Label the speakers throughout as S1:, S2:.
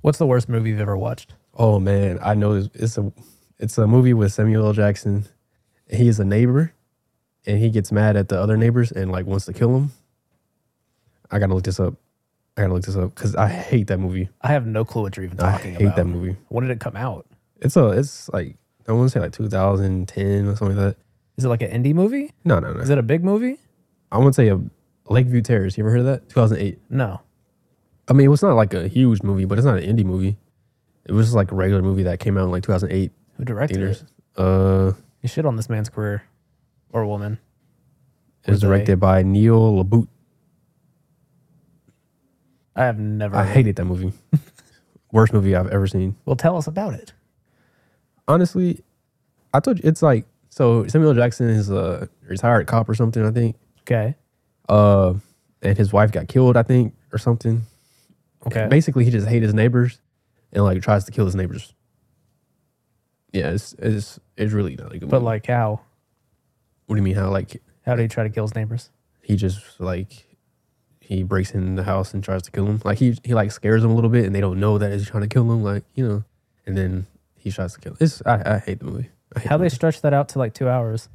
S1: What's the worst movie you've ever watched?
S2: Oh man, I know it's, it's a it's a movie with Samuel L. Jackson. He is a neighbor, and he gets mad at the other neighbors and like wants to kill him. I gotta look this up. I gotta look this up because I hate that movie.
S1: I have no clue what you're even
S2: I
S1: talking
S2: hate
S1: about.
S2: that movie.
S1: When did it come out?
S2: It's a it's like I want to say like 2010 or something like that.
S1: Is it like an indie movie?
S2: No, no, no.
S1: Is it a big movie?
S2: I want to say a Lakeview Terrace. You ever heard of that? 2008.
S1: No.
S2: I mean, it was not like a huge movie, but it's not an indie movie. It was just like a regular movie that came out in like 2008
S1: Who directed
S2: theaters.
S1: it?
S2: Uh,
S1: You shit on this man's career or woman.
S2: it was
S1: Were they-
S2: directed by Neil LaBute.
S1: I have never.
S2: I hated that movie. Worst movie I've ever seen.
S1: Well, tell us about it.
S2: Honestly, I told you it's like so Samuel Jackson is a retired cop or something, I think.
S1: Okay.
S2: Uh, and his wife got killed, I think, or something.
S1: Okay.
S2: Basically, he just hates his neighbors and like tries to kill his neighbors. Yeah, it's it's it's really not a good.
S1: But
S2: movie.
S1: like, how?
S2: what do you mean? How like
S1: How did he try to kill his neighbors?
S2: he just like he breaks in the house and tries to kill him. Like he he like scares them a little bit, and they don't know that he's trying to kill him. Like you know, and then he tries to kill. Him. It's I, I hate the movie. I hate
S1: How
S2: the
S1: they
S2: movie.
S1: stretch that out to like two hours?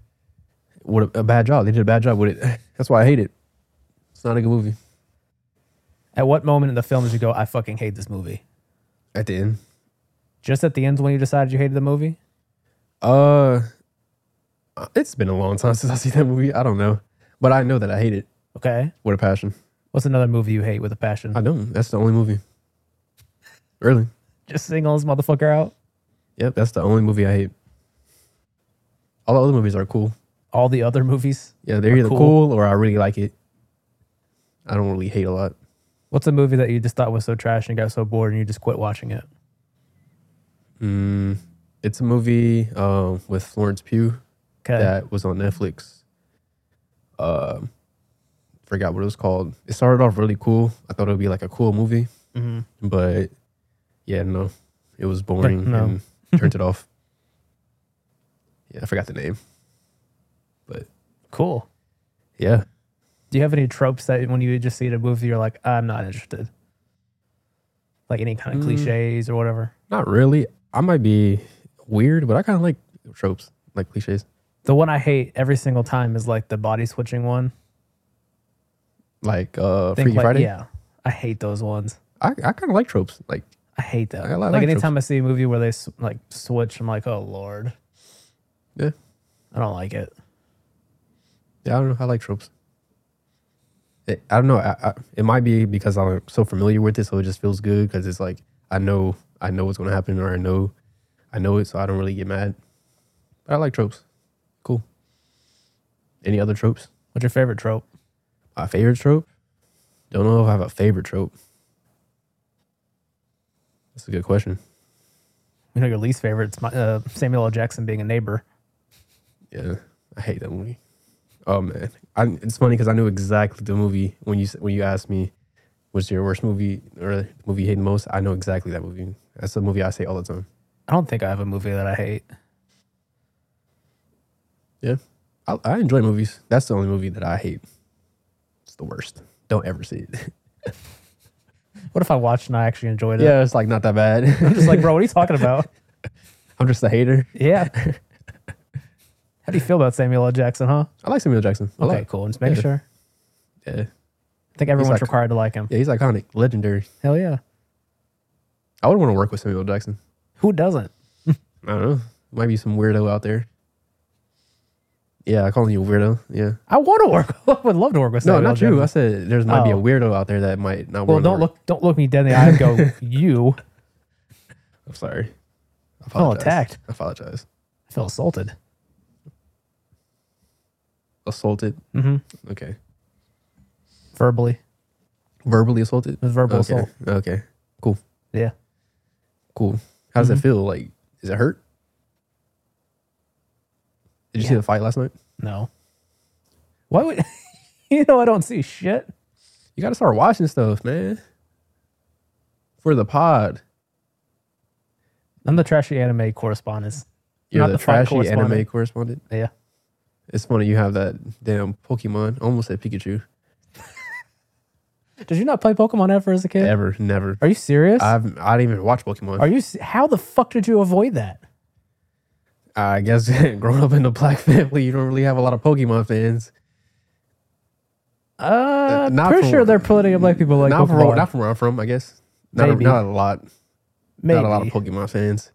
S2: what a, a bad job. They did a bad job with it. That's why I hate it. It's not a good movie.
S1: At what moment in the film did you go, I fucking hate this movie?
S2: At the end,
S1: Just at the end when you decided you hated the movie?
S2: uh, it's been a long time since I see that movie. I don't know, but I know that I hate it.
S1: Okay.
S2: What a passion.
S1: What's another movie you hate with a passion?
S2: I don't. That's the only movie. Really?
S1: Just single this motherfucker out?
S2: Yep. That's the only movie I hate. All the other movies are cool.
S1: All the other movies?
S2: Yeah, they're
S1: Are
S2: either
S1: cool.
S2: cool. or I really like it. I don't really hate a lot.
S1: What's a movie that you just thought was so trash and you got so bored and you just quit watching it?
S2: Mm, it's a movie um, with Florence Pugh
S1: Okay.
S2: that was on Netflix. Um, forgot what it was called. It started off really cool. I thought it would be like a cool movie,
S1: Mm-hmm.
S2: but yeah, no, it was boring
S1: no.
S2: and turned it off. Yeah, I forgot the name.
S1: Cool.
S2: Yeah,
S1: Do you have any tropes that when you just see the movie, you're like, I'm not interested? Like any kind of
S2: Mm.
S1: cliches or whatever?
S2: not really. I might be weird, but I kind of like tropes, like cliches,
S1: The one I hate every single time is like the body switching one.
S2: like uh,
S1: Think
S2: Freaky
S1: like,
S2: Friday.
S1: Yeah. I hate those ones.
S2: I, I kind of like tropes, like.
S1: I hate that.
S2: I li- I
S1: like,
S2: like tropes.
S1: anytime I see a movie where they s- like switch, I'm like, oh lord.
S2: Yeah.
S1: I don't like it.
S2: Yeah, I don't know. I like tropes. It, I don't know. I, I, it might be because I'm so familiar with it, so it just feels good because it's like I know I know what's gonna happen, or I know I know it, so I don't really get mad. But I like tropes. Cool. Any other tropes?
S1: What's your favorite trope?
S2: My favorite trope? Don't know if I have a favorite trope. That's a good question.
S1: You know, your least favorite. It's my, uh, Samuel L. Jackson being a neighbor.
S2: Yeah, I hate that movie. Oh man, I, it's funny because I knew exactly the movie when you s- when you asked me, "What's your worst movie or the movie you hate the most?" I know exactly that movie. That's the movie I say all the time.
S1: I don't think I have a movie that I hate.
S2: Yeah, I, I enjoy movies. That's the only movie that I hate. It's the worst. Don't ever see it.
S1: What if I watched and I actually enjoyed it?
S2: yeah, it's like not that bad.
S1: I'm just like, bro, what are you talking about?
S2: I'm just a hater.
S1: yeah. How do you feel about Samuel L. Jackson, huh?
S2: I like Samuel Jackson. I
S1: Okay,
S2: like.
S1: cool. Just making
S2: Yeah.
S1: sure.
S2: Yeah,
S1: I think everyone's
S2: like-
S1: required to like him.
S2: yeah, he's iconic, legendary.
S1: Hell yeah.
S2: I would want to work with Samuel Jackson.
S1: Who doesn't?
S2: I don't know. Might be some weirdo out there. Yeah, I call you a weirdo. Yeah.
S1: I want to work. I would love to work with
S2: No,
S1: Samuel L.
S2: not
S1: Jackson.
S2: you. I said there's might be a
S1: Oh.
S2: weirdo out there that might not.
S1: Well,
S2: wanna
S1: don't
S2: work.
S1: look don't look me dead in the eye and go, you.
S2: I'm sorry.
S1: felt
S2: I
S1: Oh,
S2: apologize.
S1: attacked.
S2: I apologize.
S1: I feel assaulted.
S2: Assaulted.
S1: Mm-hmm.
S2: Okay.
S1: Verbally.
S2: Verbally assaulted.
S1: It was verbal
S2: okay.
S1: assault.
S2: Okay. Cool.
S1: Yeah.
S2: Cool. How does
S1: Mm-hmm.
S2: it feel? Like, is it hurt? Did you see
S1: Yeah.
S2: the fight last night?
S1: No. Why would you know I don't see shit?
S2: You got to start watching stuff, man. For the pod,
S1: I'm the trashy anime correspondent.
S2: you're
S1: Not
S2: the,
S1: the fight
S2: trashy anime
S1: correspondent.
S2: correspondent.
S1: Yeah.
S2: It's funny you have that damn Pokemon. Almost said Pikachu.
S1: Did you not play Pokemon ever as a kid?
S2: Ever, never.
S1: Are you serious?
S2: I've I didn't even watch Pokemon.
S1: Are you? s- How the fuck did you avoid that?
S2: I guess growing up in a black family, you don't really have a lot of Pokemon fans.
S1: Uh,
S2: not
S1: pretty
S2: from-
S1: sure they're putting black people like
S2: not,
S1: Pokemon.
S2: from, not from where I'm from, I guess. Not,
S1: Maybe.
S2: not a lot.
S1: Maybe.
S2: Not a lot of Pokemon fans.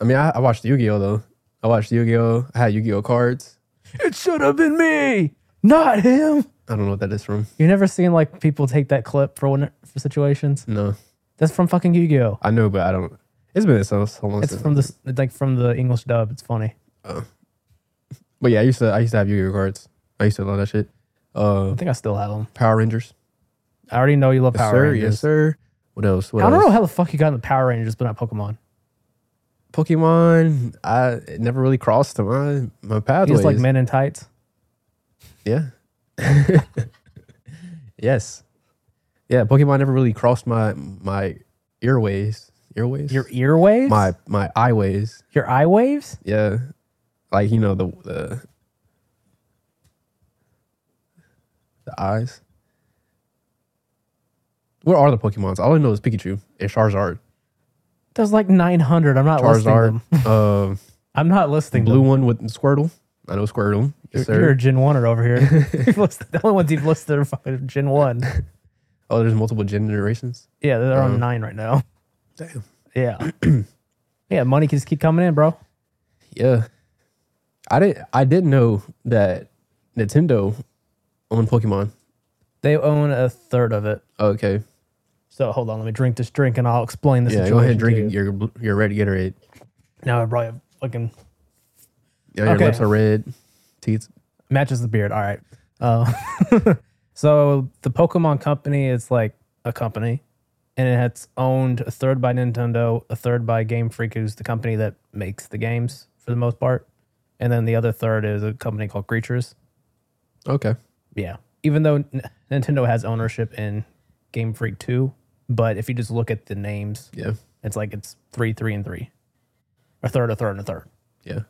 S2: I mean, I, I watched Yu-Gi-Oh though. I watched Yu-Gi-Oh. I had Yu-Gi-Oh cards.
S1: It should have been me, not him.
S2: I don't know what that is from.
S1: You never seen like people take that clip for when, for situations.
S2: No,
S1: That's from fucking Yu-Gi-Oh.
S2: I know, but I don't. It's been so, so long.
S1: It's
S2: since-
S1: from the like from the English dub. It's fungy.
S2: But yeah, I used to. I used to have Yu-Gi-Oh cards. I used to love that shit. Uh,
S1: I think I still have them.
S2: Power Rangers.
S1: I already know you love
S2: Yes,
S1: Power
S2: sir.
S1: Rangers.
S2: Yes, sir. What else? What
S1: I don't
S2: else?
S1: know how the fuck you got in the Power Rangers, but not Pokemon.
S2: Pokemon. I it never really crossed to my my pathway.
S1: He's like men in tights.
S2: Yeah. yes. Yeah, Pokemon never really crossed my my earways. Earways?
S1: Your ear waves,
S2: my my eye ways.
S1: your eye waves.
S2: Yeah. Like you know the the the eyes. What are the Pokemons? All I know is Pikachu and Charizard.
S1: There's like 900. I'm not listing
S2: Charizard,
S1: them.
S2: uh,
S1: I'm not listing
S2: blue
S1: them.
S2: one with Squirtle. I know Squirtle. Yes,
S1: You're,
S2: sir.
S1: you're a Gen One over here. You've listed- the only ones you've listed are fucking Gen One.
S2: Oh, there's multiple generations.
S1: Yeah, they're on
S2: Um,
S1: nine right now.
S2: Damn.
S1: Yeah. yeah, money can just keep coming in, bro.
S2: Yeah. I didn't I didn't know that Nintendo owned Pokemon.
S1: They own a third of it.
S2: Okay.
S1: So hold on, let me drink this drink and I'll explain the
S2: yeah,
S1: situation.
S2: go ahead and drink
S1: to you.
S2: your bl- your red Gatorade.
S1: Now I probably have fucking
S2: Yeah, your
S1: Okay.
S2: lips are red. Teeth.
S1: matches the beard. All right. Uh, so the Pokemon company is like a company, and it's owned a third by Nintendo, a third by Game Freak, who's the company that makes the games for the most part, and then the other third is a company called Creatures.
S2: Okay.
S1: Yeah. Even though N- Nintendo has ownership in Game Freak 2, but if you just look at the names,
S2: Yeah.
S1: it's like it's three, three, and three. A third, a third, and a third.
S2: Yeah.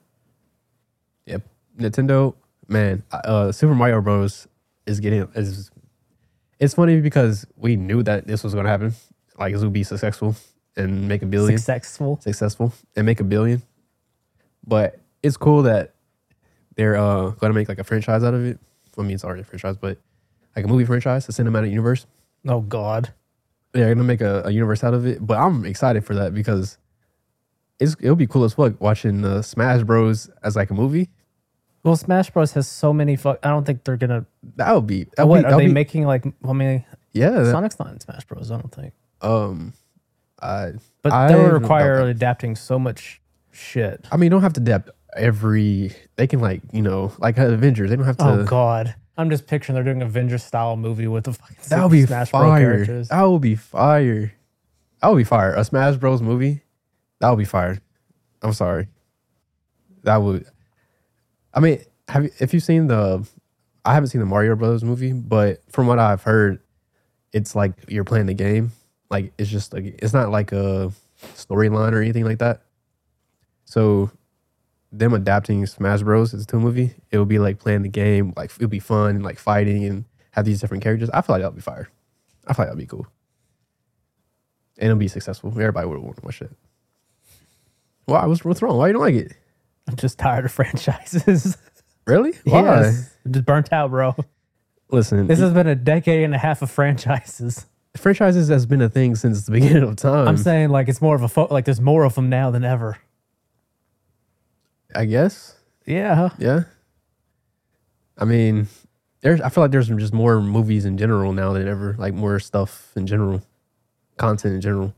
S2: Yep. Nintendo, man, uh Super Mario Bros is getting is it's funny because we knew that this was gonna happen. Like it would be successful and make a billion.
S1: Successful.
S2: successful and make a billion. But it's cool that they're uh, going to make like a franchise out of it. I mean, it's already a franchise, but like a movie franchise, a cinematic universe.
S1: Oh, God.
S2: They're going to make a, a universe out of it. But I'm excited for that because it's, it'll be cool as fuck watching uh, Smash Bros. as like a movie.
S1: Well, Smash Bros. has so many fuck. I don't think they're going to.
S2: That would be. That
S1: What
S2: would,
S1: are they making? Like, well, I mean,
S2: Yeah. that-
S1: Sonic's not in Smash Bros. I don't think,
S2: um, I,
S1: but
S2: I
S1: that
S2: don't
S1: would
S2: doubt
S1: require
S2: that.
S1: adapting so much shit.
S2: I mean, you don't have to adapt every. They can like you know like Avengers. They don't have to.
S1: oh God, I'm just picturing they're doing Avengers style movie with the fucking
S2: That
S1: Super
S2: would be
S1: Smash Bros.
S2: fire.
S1: characters.
S2: That would be fire. That would be fire. A Smash Bros movie. That would be fire. I'm sorry. That would. I mean, have you, if you've seen the, I haven't seen the Mario Brothers movie, but from what I've heard, it's like you're playing the game. Like it's just like it's not like a storyline or anything like that. So, them adapting Smash Bros into a movie, it would be like playing the game. Like it would be fun and like fighting and have these different characters. I feel like that'd be fire. I feel like that'd be cool. And it'll be successful. Everybody would want to watch it. Why? What's, what's wrong? Why you don't like it?
S1: I'm just tired of franchises.
S2: Really? Why?
S1: yes, I'm just burnt out, bro.
S2: Listen,
S1: This has been a decade and a half of franchises.
S2: franchises has been a thing since the beginning of time.
S1: I'm saying like it's more of a fo- like there's more of them now than ever.
S2: I guess.
S1: Yeah,
S2: Yeah. I mean, there's. I feel like there's just more movies in general now than ever. Like more stuff in general, content in general.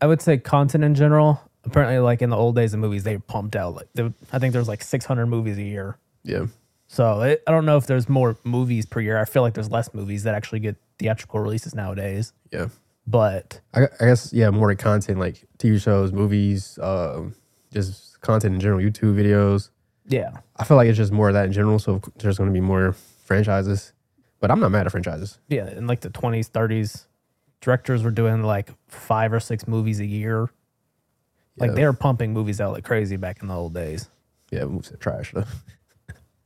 S1: I would say content in general. Apparently, like in the old days of movies, they pumped out like there- I think there's like 600 movies a year.
S2: Yeah.
S1: So it, I don't know if there's more movies per year. I feel like there's less movies that actually get theatrical releases nowadays.
S2: Yeah.
S1: But
S2: I, I guess yeah, more content like TV shows, movies, um, just content in general, YouTube videos.
S1: yeah,
S2: I feel like it's just more of that in general. So there's going to be more franchises, but I'm not mad at franchises.
S1: yeah, in like the 20s, 30s, directors were doing like five or six movies a year. Like
S2: Yeah.
S1: they were pumping movies out like crazy back in the old days.
S2: Yeah, movies are trash though.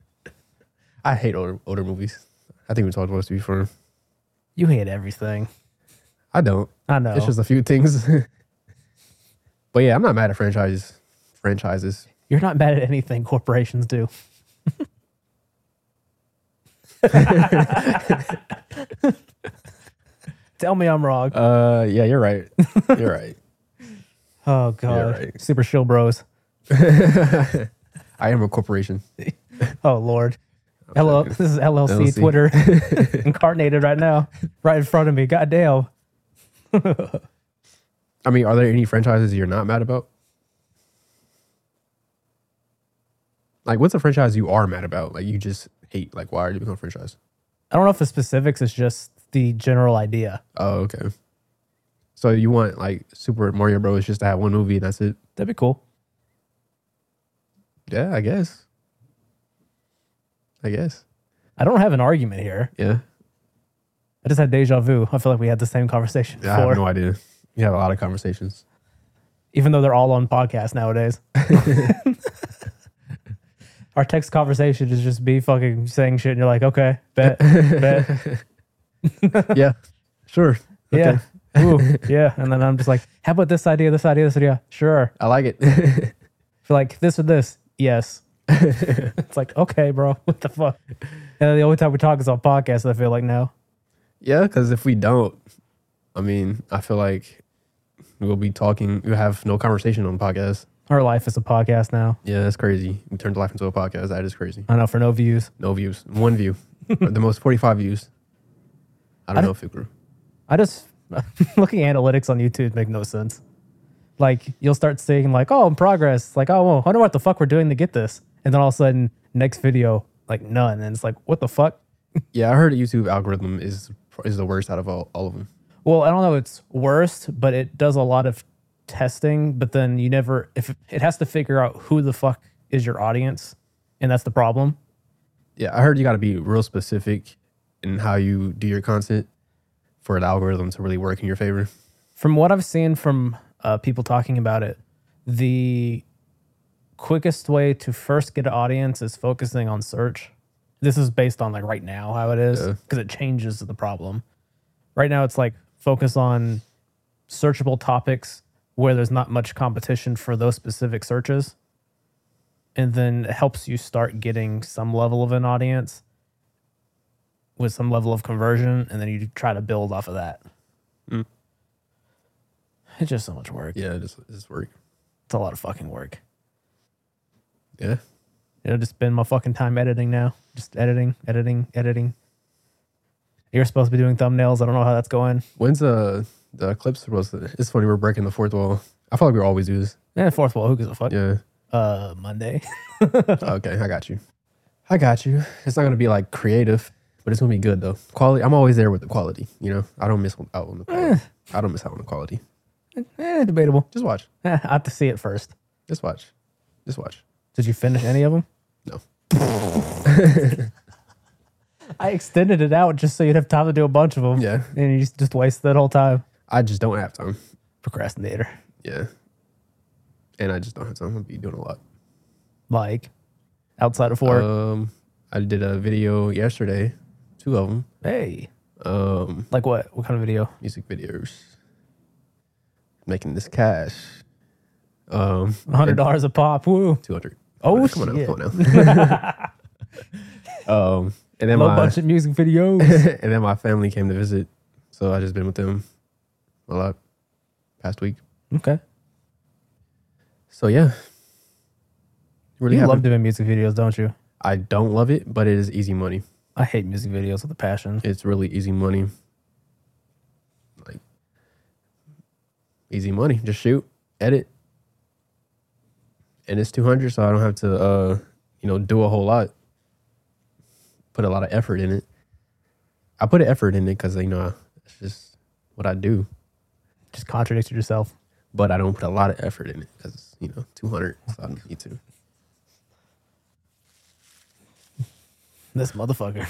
S2: I hate older older movies. I think we talked about this before.
S1: You hate everything.
S2: I don't.
S1: I know.
S2: It's just a few things. but yeah, I'm not mad at franchises. Franchises.
S1: You're not bad at anything corporations do. Tell me I'm wrong.
S2: Uh, yeah, you're right. You're right.
S1: Oh god.
S2: right.
S1: Super chill bros.
S2: I am a corporation.
S1: Oh lord. Hello, this is LLC,
S2: LLC.
S1: Twitter incarnated right now, right in front of me. God damn.
S2: I mean, are there any franchises you're not mad about? Like, what's a franchise you are mad about? Like, you just hate. Like, why are you become a franchise?
S1: I don't know if the specifics is just the general idea.
S2: Oh, okay. So you want like Super Mario Bros. just to have one movie and that's it?
S1: That'd be cool.
S2: Yeah, I guess. I guess.
S1: I don't have an argument here.
S2: Yeah.
S1: I just had deja vu. I feel like we had the same conversation before,
S2: I have no idea. You have a lot of conversations.
S1: even though they're all on podcasts nowadays. Our text conversation is just be fucking saying shit, and you're like, okay, bet, bet,
S2: yeah. Sure.
S1: yeah, ooh, yeah, and then I'm just like, how about this idea, this idea, this idea? Sure.
S2: I like it.
S1: Feel like this or this? Yes. it's like, okay, bro, what the fuck? And then the only time we talk is on podcasts. I feel like now.
S2: yeah, because if we don't, I mean, I feel like we'll be talking, we'll have no conversation on the podcast.
S1: Our life is a podcast now.
S2: Yeah, that's crazy. We turned life into a podcast. That is crazy.
S1: I know for no views.
S2: No views. One view. Or the most 45 views. I don't know if it grew.
S1: I just looking at analytics on YouTube make no sense. Like you'll start seeing like, oh, in progress. Like, oh, well, I wonder what the fuck we're doing to get this, and then all of a sudden, next video, like none, and it's like, what the fuck?
S2: Yeah, I heard the YouTube algorithm is is the worst out of all, all of them.
S1: Well, I don't know. It's worst, but it does a lot of testing. But then you never, if it has to figure out who the fuck is your audience, and that's the problem.
S2: Yeah, I heard you got to be real specific in how you do your content for the algorithm to really work in your favor.
S1: From what I've seen from uh, people talking about it, the quickest way to first get an audience is focusing on search. This is based on like right now how it is
S2: Yeah.
S1: because it changes the problem. Right now, it's like focus on searchable topics where there's not much competition for those specific searches. And then it helps you start getting some level of an audience with some level of conversion. And then you try to build off of that. It's just so much work.
S2: Mm. Yeah, just just work.
S1: It's a lot of fucking work.
S2: Yeah.
S1: You know, just spend my fucking time editing now. Just editing, editing, editing. You're supposed to be doing thumbnails. I don't know how that's going.
S2: When's uh the clips supposed to? It's funny we're breaking the fourth wall. I feel like we always do this.
S1: And fourth wall, who gives a fuck?
S2: Yeah.
S1: Uh, Monday.
S2: okay, I got you. I got you. It's not gonna be like creative, but it's gonna be good though. Quality. I'm always there with the quality. You know, I don't miss out on the. Quality. I don't miss out on the quality.
S1: eh, debatable.
S2: Just watch.
S1: Eh, I have to see it first.
S2: Just watch. Just watch.
S1: Did you finish any of them?
S2: No.
S1: I extended it out just so you'd have time to do a bunch of them.
S2: Yeah.
S1: And you just, just waste that whole time.
S2: I just don't have time.
S1: Procrastinator.
S2: Yeah. And I just don't have time. I'm gonna be doing a lot.
S1: Like, outside of work.
S2: Um, I did a video yesterday, two of them,
S1: hey.
S2: um,
S1: Like what? What kind of video?
S2: music videos. Making this cash. Um,
S1: $100 a pop. Woo.
S2: two hundred.
S1: Oh,
S2: come on
S1: shit.
S2: now, come on now. um, and then
S1: Low
S2: my
S1: budget music videos.
S2: and then my family came to visit, so I just been with them a lot past week.
S1: okay.
S2: So yeah, really
S1: You
S2: happy.
S1: love doing music videos, don't you?
S2: I don't love it, but it is easy money.
S1: I hate music videos with a passion.
S2: It's really easy money. Like easy money. Just shoot, edit. And it's 200 so I don't have to uh, you know, do a whole lot. Put a lot of effort in it. I put effort in it cuz you know, it's just what I do,
S1: Just contradicted yourself.
S2: but I don't put a lot of effort in it cuz you know, 200 so I don't need to.
S1: This motherfucker.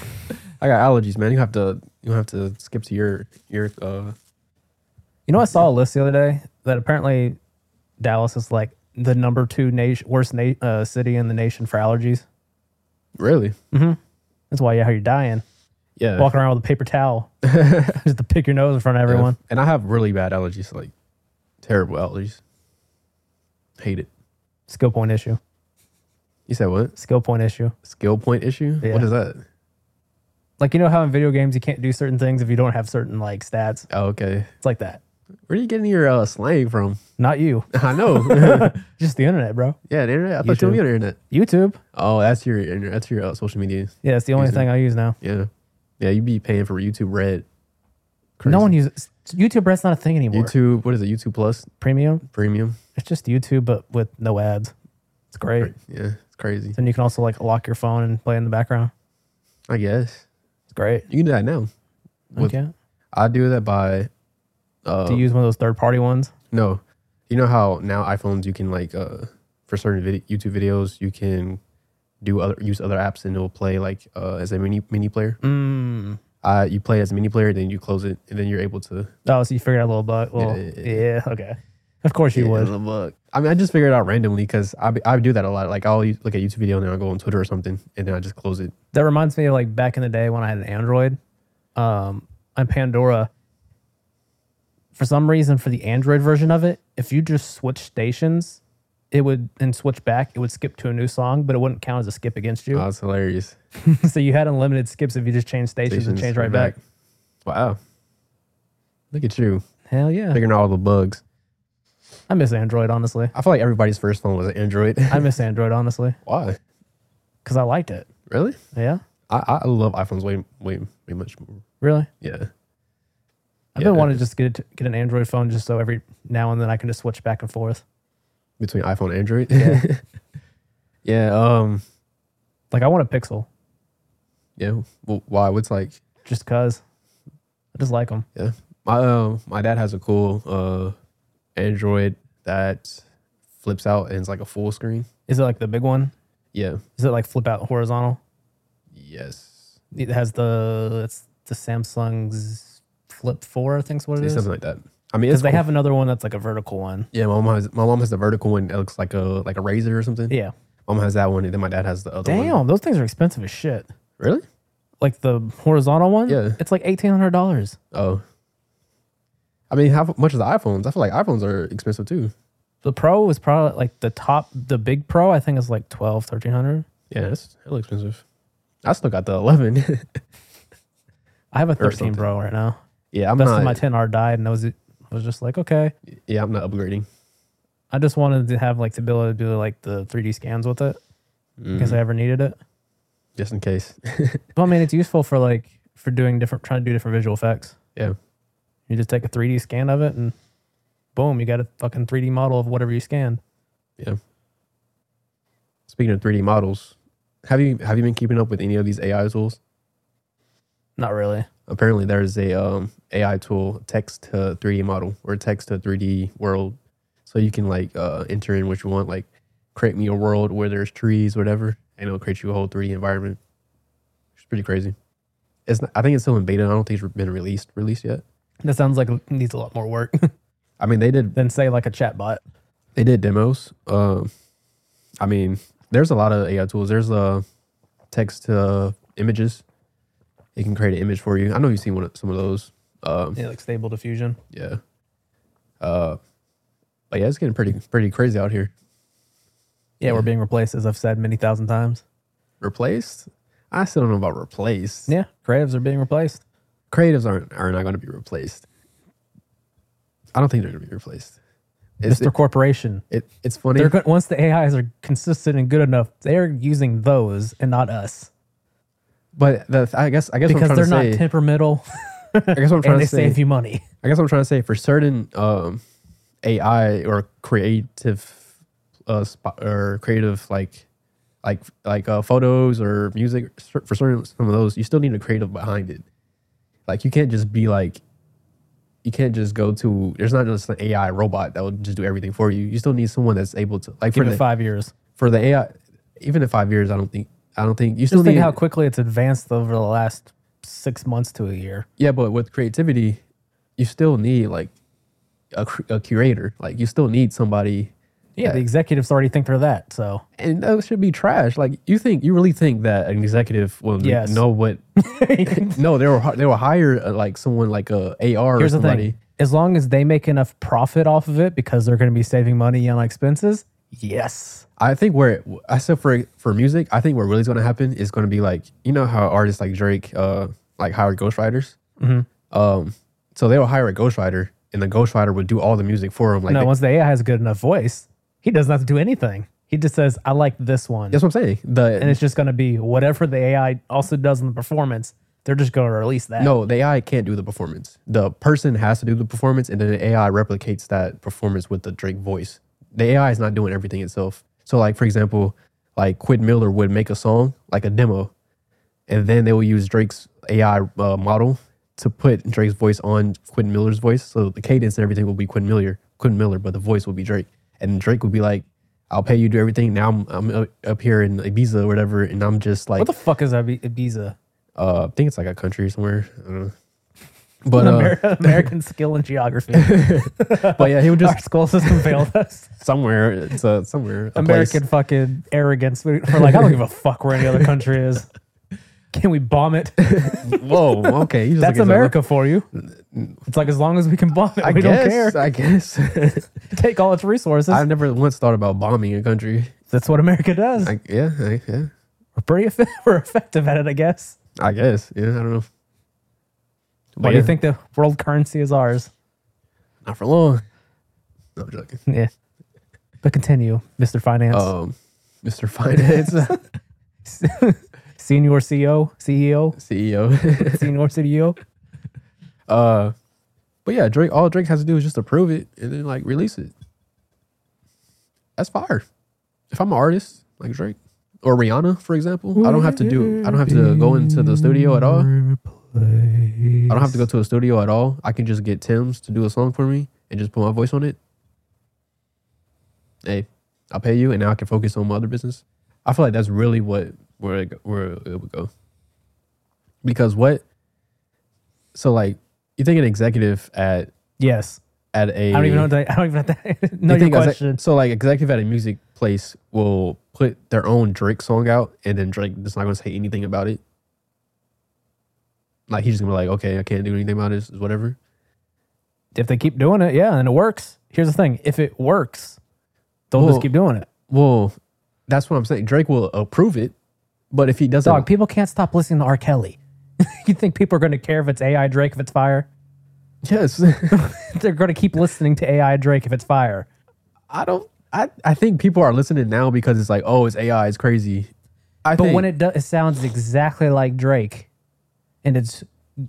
S2: I got allergies, man. You have to you have to skip to your your uh
S1: You know, I saw a list the other day that apparently Dallas is like the number two nation, worst na- uh, city in the nation for allergies.
S2: really.
S1: That's why yeah, you're dying.
S2: Mm-hmm. Yeah.
S1: walking around with a paper towel
S2: Yeah.
S1: just to pick your nose in front of everyone.
S2: And I have really bad allergies, like terrible allergies. Hate it.
S1: Skill point issue.
S2: You said what?
S1: Skill point issue.
S2: Skill point issue?
S1: Yeah.
S2: What is that?
S1: Like you know how in video games you can't do certain things if you don't have certain like stats.
S2: Oh, okay.
S1: It's like that.
S2: Where are you getting your uh, slang from?
S1: Not you.
S2: I know.
S1: Just the internet, bro.
S2: yeah, the internet. I thought you
S1: YouTube.
S2: were on the internet.
S1: YouTube.
S2: Oh, that's your internet. That's your uh, social media.
S1: Yeah, it's the only
S2: YouTube.
S1: thing I use now.
S2: Yeah. Yeah, you'd be paying for YouTube Red.
S1: No
S2: Crazy.
S1: one uses YouTube Red's not a thing anymore.
S2: YouTube, what is it? YouTube Plus
S1: Premium.
S2: Premium.
S1: It's just YouTube but with no ads. It's great.
S2: Yeah, it's crazy.
S1: Then you can also like lock your phone and play in the background.
S2: I guess
S1: It's great.
S2: you can do that now. With-
S1: okay.
S2: I do that by. Uh,
S1: Do you use one of those third party ones?
S2: No, you know how now iPhones you can like uh for certain vid- YouTube videos you can do other use other apps and it'll play like uh as a mini mini player.
S1: Mm.
S2: Uh, you play as a mini player, then you close it, and then you're able to.
S1: Oh, so you figured out a little bug. Well, yeah,
S2: Yeah, yeah,
S1: okay. Of course you would.
S2: I mean, I just figure it out randomly because I, be- I do that a lot. Like I'll use, look at YouTube video and then I'll go on Twitter or something, and then I just close it.
S1: That reminds me of like back in the day when I had an Android. Um, on Pandora, for some reason, for the Android version of it, if you just switch stations, it would and switch back, it would skip to a new song, but it wouldn't count as a skip against you.
S2: Oh, it's hilarious.
S1: so you had unlimited skips if you just changed stations, and
S2: Stations
S1: changed right back.
S2: Wow. Look at you
S1: Hell yeah,
S2: figuring out all the bugs.
S1: I miss Android honestly.
S2: I feel like everybody's first phone was an Android.
S1: I miss Android honestly
S2: Why?
S1: because I liked it.
S2: Really?
S1: Yeah,
S2: I, I love iPhones way way way much more.
S1: really.
S2: Yeah.
S1: I've
S2: Yeah,
S1: been wanting to just get get an Android phone just so every now and then I can just switch back and forth.
S2: Between iPhone and Android. Yeah. yeah. Um.
S1: Like I want a Pixel
S2: Yeah. Well, why? What's like?
S1: just cause I just like them.
S2: Yeah. My um. My dad has a cool uh, Android that flips out and it's like a full screen.
S1: Is it like the big one?
S2: Yeah.
S1: Is it like flip out horizontal?
S2: Yes.
S1: It has the it's the Samsung's Flip Four, I think's what it
S2: It's
S1: is.
S2: something like that. I mean,
S1: Because
S2: it's
S1: Mm. they
S2: cool.
S1: have another one that's like a vertical one.
S2: Yeah. My mom has my mom has the vertical one. It looks like a like a razor or something.
S1: Yeah.
S2: Mom has that one, and then my dad has the other one.
S1: Damn, those things are expensive as shit.
S2: Really?
S1: Like the horizontal one,
S2: Yeah.
S1: it's like eighteen hundred dollars.
S2: Oh. I mean, how much are the iPhones? I feel like iPhones are expensive too.
S1: The Pro is probably like the top, the big Pro. I think is like twelve, thirteen hundred.
S2: Yeah, that's hella expensive. I still got the 11.
S1: I have a
S2: Or
S1: thirteen Pro right now.
S2: yeah, I'm
S1: Best
S2: not.
S1: of my 10R died, and I was I was just like, okay,
S2: yeah, I'm not upgrading.
S1: I just wanted to have like the ability to do like the 3D scans with it in case I ever needed it.
S2: Mm, Just in case.
S1: But I mean, it's useful for like for doing different, trying to do different visual effects.
S2: Yeah.
S1: You just take a 3D scan of it, and boom, you got a fucking 3D model of whatever you scanned.
S2: Speaking of 3D models, have you have you been keeping up with any of these AI tools?
S1: Not really.
S2: Apparently, there's a um, AI tool, text to 3D model or text to 3D world, so you can like uh, enter in what you want, like create me a world where there's trees, whatever, and it'll create you a whole 3D environment. It's pretty crazy. It's not, I think it's still in beta. I don't think it's been released released yet.
S1: That sounds like it needs a lot more work
S2: I mean, they did
S1: than say like a chatbot.
S2: they did demos. Um, I mean, there's a lot of AI tools. There's uh, text to images. It can create an image for you. I know you've seen one of, some of those. Um,
S1: Yeah, like Stable Diffusion.
S2: yeah. Uh, but yeah, it's getting pretty pretty crazy out here.
S1: Yeah, we're being replaced, as I've said many thousand times.
S2: Replaced? I still don't know about replaced.
S1: Yeah, creatives are being replaced.
S2: Creatives aren't are not going to be replaced. I don't think they're going to be replaced. It's,
S1: Mr.
S2: it,
S1: Corporation.
S2: it, it's funny.
S1: They're go- once the AIs are consistent and good enough, they're using those and not us
S2: but the, I guess I guess what
S1: because
S2: I'm
S1: they're
S2: trying
S1: not
S2: to say.
S1: temperamental
S2: I guess what I'm trying
S1: and they
S2: to say.
S1: save you money.
S2: I guess what I'm trying to say for certain um, AI or creative uh, spot, or creative like like like uh, photos or music cer- for certain some of those you still need a creative behind it. Like you can't just be like you can't just go to there's not just an AI robot that will just do everything for you. You still need someone that's able to like
S1: Give
S2: for
S1: it
S2: the,
S1: five years.
S2: for the AI even in five years I don't think I don't think you still
S1: Just think
S2: need
S1: how quickly it's advanced over the last six months to a year.
S2: Yeah, but with creativity, you still need like a, cr- a curator. Like you still need somebody
S1: Yeah, the
S2: Yeah.
S1: executives already think they're that. So
S2: and that should be trash. Like you think you really think that an executive will
S1: Yes.
S2: know what?
S1: here's
S2: No, they will hi- they will hire uh, like someone like a AR or
S1: the
S2: somebody.
S1: thing: as long as they make enough profit off of it because they're going to be saving money on expenses, yes,
S2: I think where it- I said for for music, I think what really is going to happen is going to be like you know how artists like Drake, uh, like hired ghostwriters.
S1: Mhm.
S2: Um, so they will hire a ghostwriter, and the ghostwriter would do all the music for them. Like
S1: no.
S2: they-
S1: once the AI has a good enough voice, he doesn't have to do anything. He just says, "I like this one,"
S2: that's what I'm saying.
S1: and
S2: The
S1: it's just going to be whatever the AI also does in the performance. They're just going to release that.
S2: no, the AI can't do the performance. The person has to do the performance, and then the AI replicates that performance with the Drake voice. The AI is not doing everything itself. So, like for example, like Quid Miller would make a song, like a demo, and then they will use Drake's AI uh, model to put Drake's voice on Quentin Miller's voice. So the cadence and everything will be Quentin Miller, Quentin Miller, but the voice will be Drake. And Drake will be like, "I'll pay you, do everything." Now I'm, I'm up- up here in Ibiza or whatever, and I'm just like,
S1: what the fuck is Ibi- Ibiza?
S2: uh, I think it's like a country somewhere. I don't know. But uh,
S1: Amer- American skill and geography.
S2: but yeah, he would
S1: Our
S2: just
S1: school system failed us.
S2: somewhere. It's a somewhere a
S1: American
S2: Place.
S1: fucking arrogance. We- We're like, I don't give a fuck where any other country is. Can we bomb it?
S2: Whoa, okay, you
S1: That's
S2: just look at that.
S1: America for you. It's like as long as we can bomb it,
S2: I
S1: we
S2: guess.
S1: don't care.
S2: I guess.
S1: Take all its resources.
S2: I've never once thought about bombing a country.
S1: That's what America does.
S2: I, yeah, I, yeah.
S1: we're pretty eff- we're effective at it, I guess.
S2: I guess. Yeah, I don't know.
S1: Why do you think the world currency is ours?
S2: Not for long. No, I'm joking.
S1: Yeah. But continue, Mr. Finance,
S2: Um, Mr. Finance
S1: senior E CEO, CEO,
S2: E CEO.
S1: senior E CEO.
S2: uh, but yeah, Drake. All Drake has to do is just approve it and then like release it. That's fire. If I'm an artist like Drake or Rihanna, for example, I don't have to do. I don't have to go into the studio at all. I don't have to go to a studio at all. I can just get Tim's to do a song for me and just put my voice on it. Hey, I'll pay you, and now I can focus on my other business. I feel like that's really what where it, go- where it would go. Because what? So like, you think an executive at
S1: Yes.
S2: at a
S1: I don't even know. What I, I don't even have to know your
S2: you think exec-
S1: question.
S2: so like executive at a music place will put their own Drake song out, and then Drake is not going to say anything about it. Like he's just gonna be like, okay, I can't do anything about this, whatever.
S1: if they keep doing it, yeah, and it works. Here's the thing: if it works, they'll
S2: Well,
S1: just keep doing it.
S2: Well, that's what I'm saying. Drake will approve it, but if he doesn't,
S1: Dog, people can't stop listening to R. Kelly. you think people are going to care if it's AI Drake if it's fire?
S2: yes,
S1: They're going to keep listening to AI Drake if it's fire.
S2: I don't. I, I think people are listening now because it's like, oh, it's AI, it's crazy. I
S1: But
S2: think,
S1: when it does, it sounds exactly like Drake, and it's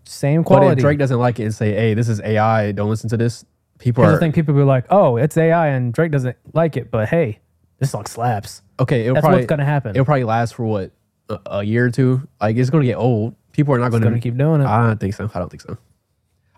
S1: same
S2: but
S1: quality.
S2: if Drake doesn't like it and say, hey, this is AI, don't listen to this. People
S1: Here's
S2: are
S1: the thing: people be like, "Oh, it's AI," and Drake doesn't like it, but hey, this song slaps.
S2: okay. It'll
S1: That's
S2: probably
S1: what's going to happen.
S2: it'll probably last for what a, a year or two. Like it's gonna get old. People are not gonna,
S1: They're going to keep doing it.
S2: I don't think so. I don't think so.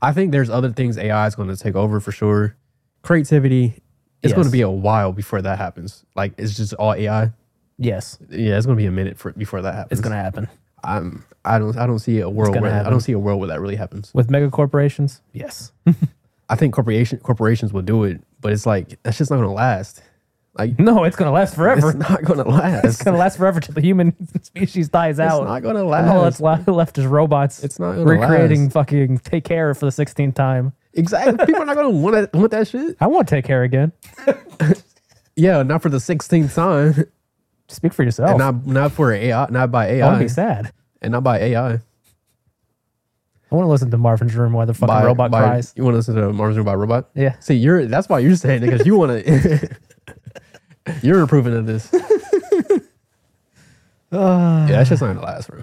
S2: I think there's other things AI is going to take over for sure. Creativity, it's going
S1: Yes.
S2: to be a while before that happens. Like it's just all AI.
S1: yes,
S2: Yeah, it's going to be a minute for, before that happens.
S1: it's going to happen
S2: I'm, I don't. I don't see a world
S1: gonna
S2: where I
S1: happen.
S2: don't see a world where that really happens.
S1: with mega corporations. Yes.
S2: I think corporation corporations will do it, but it's like that's just not going to last. Like
S1: No, it's gonna last forever.
S2: it's not going to last.
S1: It's gonna last forever till the human species dies out.
S2: not going to
S1: and all
S2: last.
S1: that's li- left is robots.
S2: It's not gonna
S1: recreating
S2: last.
S1: fucking take care for the sixteenth time.
S2: Exactly. People are not going to want that, want that shit.
S1: I won't take care again.
S2: Yeah, not for the sixteenth time,
S1: Speak for yourself.
S2: and not not for AI, not by
S1: I want to
S2: AI,
S1: be sad.
S2: and not by AI.
S1: I want to listen to Marvin's Room while the fucking
S2: by,
S1: robot
S2: by-
S1: cries.
S2: You want to listen to Marvin's Room by Robot?
S1: Yeah.
S2: See, you're that's why you're saying it because you want to. you're approving of this. yeah, that's just not gonna last, bro.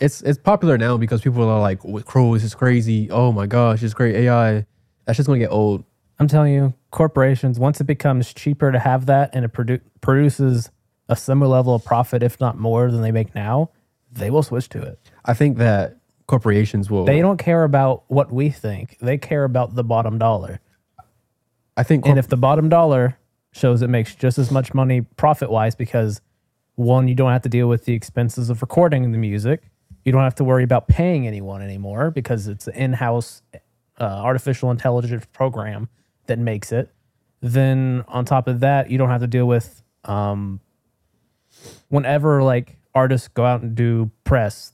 S2: It's it's popular now because people are like, "What Crow is crazy? Oh my gosh, it's great AI." That's just gonna get old.
S1: I'm telling you, corporations once it becomes cheaper to have that and it produ- produces a similar level of profit, if not more, than they make now, they will switch to it.
S2: I think that corporations will.
S1: They don't care about what we think. They care about the bottom dollar.
S2: I think
S1: And if the bottom dollar shows it makes just as much money profit wise because one, you don't have to deal with the expenses of recording the music. You don't have to worry about paying anyone anymore because it's an in house uh, artificial intelligence program that makes it. Then on top of that, you don't have to deal with um, whenever like artists go out and do press,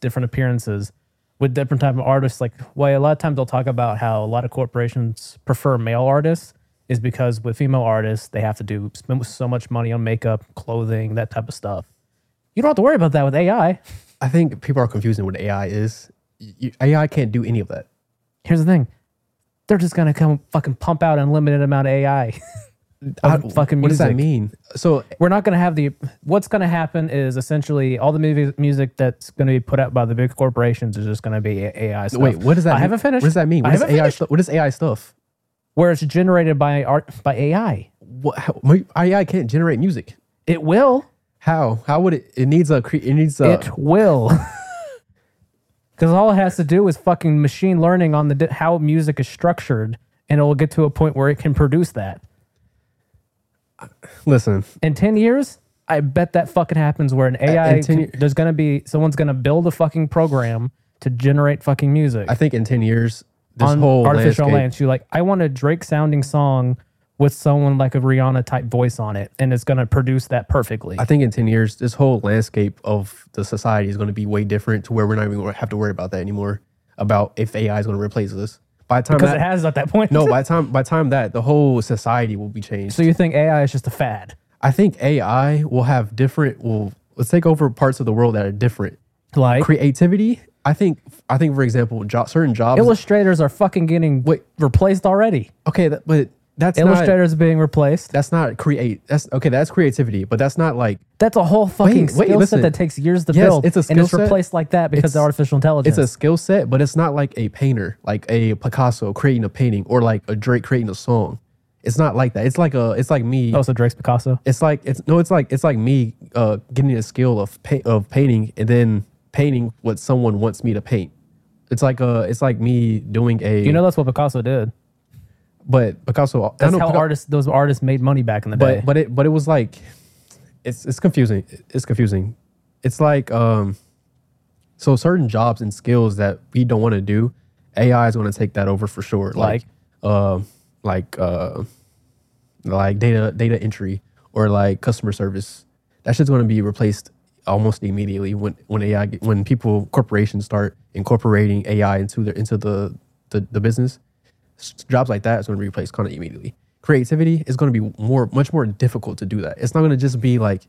S1: different appearances with different type of artists. Like, why a lot of times they'll talk about how a lot of corporations prefer male artists is because with female artists they have to do spend so much money on makeup, clothing, that type of stuff. You don't have to worry about that with AI.
S2: I think people are confusing what AI is. You, AI can't do any of that.
S1: Here's the thing. They're just gonna come fucking pump out unlimited amount of AI.
S2: I-
S1: fucking
S2: what does that
S1: music.
S2: mean? So
S1: We're not gonna have the what's gonna happen is essentially all the movie, music that's gonna be put out by the big corporations is just gonna be A- AI stuff.
S2: wait, what does that?
S1: I
S2: mean?
S1: haven't finished.
S2: What does that mean?
S1: I
S2: What is
S1: haven't
S2: AI?
S1: finished.
S2: Stu- what is AI stuff?
S1: Where it's generated by art by AI.
S2: What, how, my- AI can't generate music.
S1: It will.
S2: How? How would it? It needs a. cre- It needs a.
S1: it will. Because all it has to do is fucking machine learning on the di- how music is structured, and it will get to a point where it can produce that.
S2: listen,
S1: In ten years, I bet that fucking happens. Where an AI,
S2: in 10
S1: can- there's gonna be someone's gonna build a fucking program to generate fucking music
S2: I think in ten years, this
S1: on
S2: whole
S1: artificial
S2: landscape.
S1: lands. You like, I want a Drake sounding song with someone like a Rihanna type voice on it, and it's gonna produce that perfectly.
S2: I think in ten years, this whole landscape of the society is going to be way different to where we're not even going to have to worry about that anymore. About if AI is going to replace us. By the time
S1: Because
S2: that,
S1: it has at that point.
S2: no, by the time by the time that the whole society will be changed.
S1: so you think AI is just a fad?
S2: I think AI will have different. Will let's take over parts of the world that are different.
S1: Like
S2: Creativity. I think. I think for example, jo- certain jobs.
S1: illustrators are fucking getting
S2: Wait.
S1: replaced already.
S2: okay, that, but that's not.
S1: Illustrators being replaced.
S2: That's not create. That's okay. That's creativity, but that's not like
S1: That's a whole fucking
S2: Wait, wait,
S1: skill
S2: listen.
S1: set that takes years to
S2: Yes,
S1: build.
S2: it's a
S1: and
S2: skill
S1: it's
S2: set.
S1: replaced like that because of
S2: It's-
S1: artificial intelligence.
S2: it's a skill set, but it's not like a painter, like a Picasso creating a painting, or like a Drake creating a song. It's not like that. It's like a. It's like me.
S1: oh, so Drake's Picasso.
S2: It's like it's no. It's like it's like me uh, getting a skill of pa- of painting and then painting what someone wants me to paint. It's like uh It's like me doing a.
S1: You know that's what Picasso did.
S2: but Picasso. I
S1: That's
S2: know
S1: how
S2: Pica-
S1: artists those artists made money back in the day.
S2: But but it but it was like, it's it's confusing. It's confusing. It's like um, so certain jobs and skills that we don't want to do, AI is going to take that over for sure. Like, um, like uh, like data data entry or like customer service. That shit's going to be replaced almost immediately when when AI get- when people corporations start incorporating AI into their into the the, the business. S- Jobs like that is going to be replaced kind of immediately. Creativity is going to be more much more difficult to do that. It's not going to just be like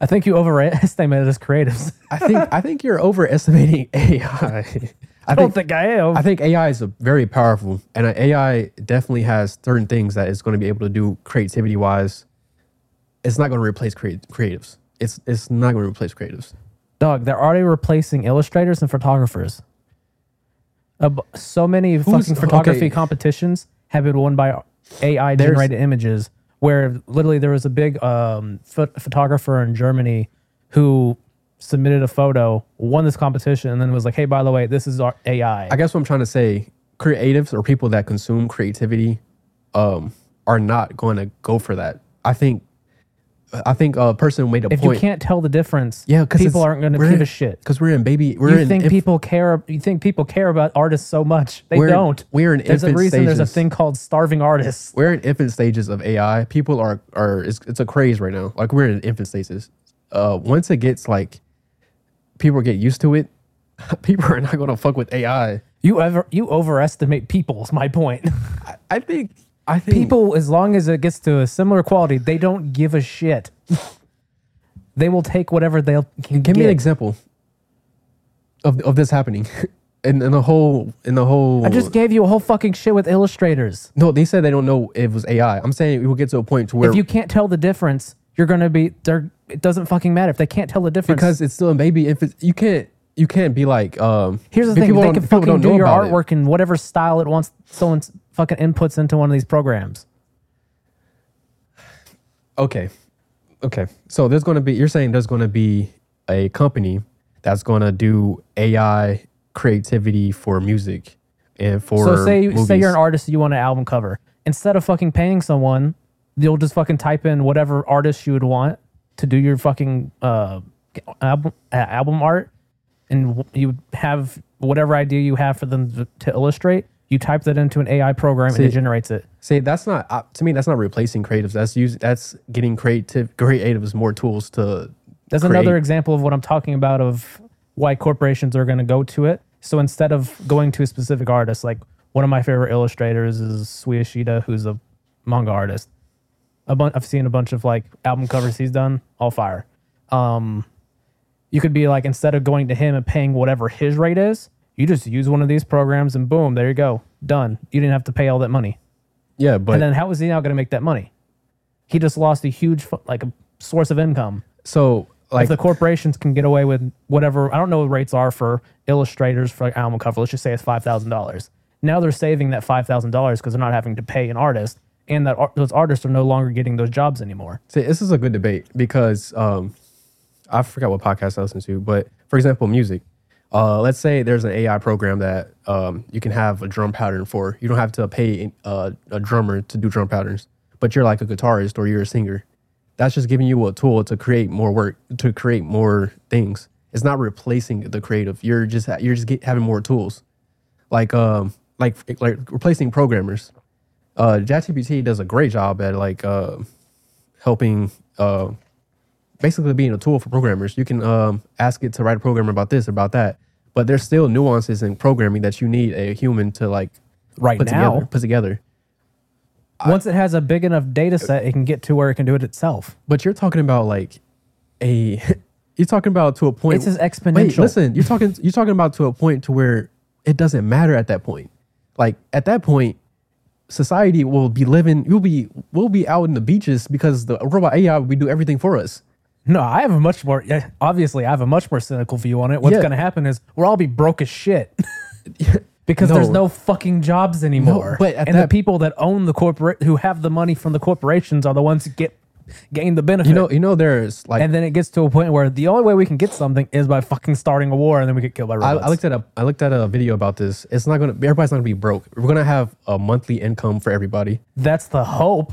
S1: I think you overestimated us creatives.
S2: I think I think you're overestimating AI. I
S1: I don't
S2: think
S1: think I am.
S2: I think AI is a very powerful, and a- AI definitely has certain things that it's going to be able to do creativity wise. It's not going to replace creat- creatives. It's it's not going to replace creatives.
S1: Dog, they're already replacing illustrators and photographers. Ab- so many fucking photography
S2: okay.
S1: competitions have been won by AI generated images. Where literally there was a big um, pho- photographer in Germany who submitted a photo, won this competition, and then was like, "Hey, by the way, this is our AI."
S2: I guess what I'm trying to say, creatives or people that consume creativity, um, are not going to go for that. I think, I think a person made a
S1: if
S2: point.
S1: you can't tell the difference,
S2: yeah, because
S1: people aren't going to give a shit.
S2: Because we're in baby, we're
S1: You
S2: in
S1: think
S2: inf-
S1: people care? You think people care about artists so much? They
S2: we're in-
S1: don't.
S2: We're in
S1: There's a
S2: infant
S1: reason.
S2: stages.
S1: There's a thing called starving artists.
S2: we're in infant stages of AI. People are are it's, it's a craze right now. Like we're in infant stages. Uh, once it gets like people get used to it, people are not gonna fuck with AI.
S1: You ever you overestimate people is my point.
S2: I, I think I think
S1: people, as long as it gets to a similar quality, they don't give a shit. they will take whatever they'll can
S2: Give
S1: get.
S2: me an example of of this happening in in the whole in the whole.
S1: I just gave you a whole fucking shit with illustrators.
S2: no. They said they don't know if it was AI. I'm saying it will get to a point to where
S1: If you can't tell the difference, you're gonna be there. It doesn't fucking matter if they can't tell the difference.
S2: because it's still in baby infant. You can't you can't be like um.
S1: here's the
S2: pe-
S1: thing:
S2: people
S1: they
S2: don't-
S1: can
S2: people
S1: fucking
S2: don't
S1: do
S2: know
S1: your
S2: about it.
S1: artwork in whatever style it wants. Someone's fucking inputs into one of these programs.
S2: Okay. Okay. So there's going to be, you're saying there's going to be a company that's going to do AI creativity for music and for.
S1: So say you
S2: movies.
S1: say you're an artist, you want an album cover. Instead of fucking paying someone, you'll just fucking type in whatever artist you would want to do your fucking uh, album uh, album art, and w- you have whatever idea you have for them to- to illustrate. You type that into an AI program and
S2: See-
S1: it generates it.
S2: See, that's not uh, to me. That's not replacing creatives. That's use. That's getting creative creatives more tools to.
S1: That's
S2: create.
S1: another example of what I'm talking about of why corporations are going to go to it. So instead of going to a specific artist, like one of my favorite illustrators is Suyashida, who's a manga artist. A bun- I've seen a bunch of like album covers he's done, all fire. Um, you could be like instead of going to him and paying whatever his rate is, you just use one of these programs and boom, there you go, done. You didn't have to pay all that money.
S2: Yeah, but
S1: and then how is he now going to make that money? He just lost a huge fu- like a source of income
S2: so like
S1: if the corporations can get away with whatever I don't know what rates are for illustrators for like album cover. Let's just say it's five thousand dollars. Now they're saving that five thousand dollars because they're not having to pay an artist, and that ar- those artists are no longer getting those jobs anymore.
S2: See, this is a good debate because um, I forgot what podcast I listened to, but for example, music. Uh, let's say there's an AI program that um, you can have a drum pattern for. You don't have to pay uh, a drummer to do drum patterns, but you're like a guitarist or you're a singer. That's just giving you a tool to create more work, to create more things. It's not replacing the creative. You're just you're just get, having more tools, like um like like replacing programmers. Uh, ChatGPT does a great job at like uh, helping uh, basically being a tool for programmers. You can um, ask it to write a program about this, about that, but there's still nuances in programming that you need a human to like
S1: Right
S2: put
S1: now,
S2: together. Put together.
S1: once it has a big enough
S2: Uh,
S1: data set, it can get to where it can do it itself.
S2: But you're talking about like a you're talking about to a point.
S1: It's just
S2: Wait,
S1: exponential.
S2: listen, you're talking you're talking about to a point to where it doesn't matter at that point. Like at that point, society will be living. We'll be we'll be out in the beaches because the robot AI will do everything for us.
S1: No, I have a much more. yeah, Obviously, I have a much more cynical view on it. What's
S2: Yeah.
S1: going to happen is we'll all be broke as shit. Because there's
S2: No.
S1: no fucking jobs anymore,
S2: but at
S1: and the
S2: that-
S1: people that own the corporate who have the money from the corporations are the ones who get gain the benefit.
S2: You know, you know, there's like
S1: and then it gets to a point where the only way we can get something is by fucking starting a war, and then we get killed by
S2: I,
S1: robots.
S2: I looked at a I looked at a video about this. It's not gonna everybody's not gonna be broke. We're gonna have a monthly income for everybody.
S1: That's the hope.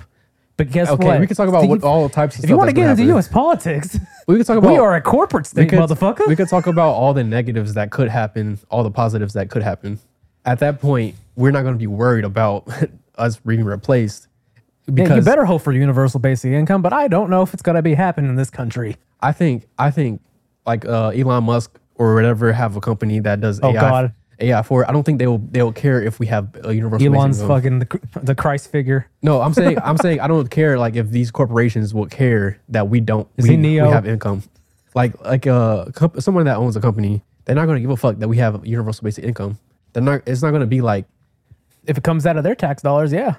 S1: But guess
S2: Okay,
S1: what?
S2: we can talk about what all types of
S1: If you
S2: stuff
S1: want to
S2: that's gonna
S1: get into
S2: happen.
S1: U.S. politics,
S2: We could talk about
S1: we are a corporate
S2: we
S1: state,
S2: could-
S1: motherfucker.
S2: We could talk about all the negatives that could happen, all the positives that could happen. At that point, we're not gonna be worried about us being replaced because
S1: Yeah, you better hope for universal basic income, but I don't know if it's going to be happening in this country.
S2: I think I think like uh, Elon Musk or whatever have a company that does AI
S1: Oh, God.
S2: AI for it. I don't think they will they will care if we have a universal basic
S1: Elon's
S2: income.
S1: fucking the, cr- the Christ figure.
S2: No, I'm saying I'm saying I don't care like if these corporations will care that we don't we,
S1: he Neo?
S2: we have income. Like like uh comp- someone that owns a company, they're not going to give a fuck that we have universal basic income. They're not it's not going to be like
S1: If it comes out of their tax dollars, yeah.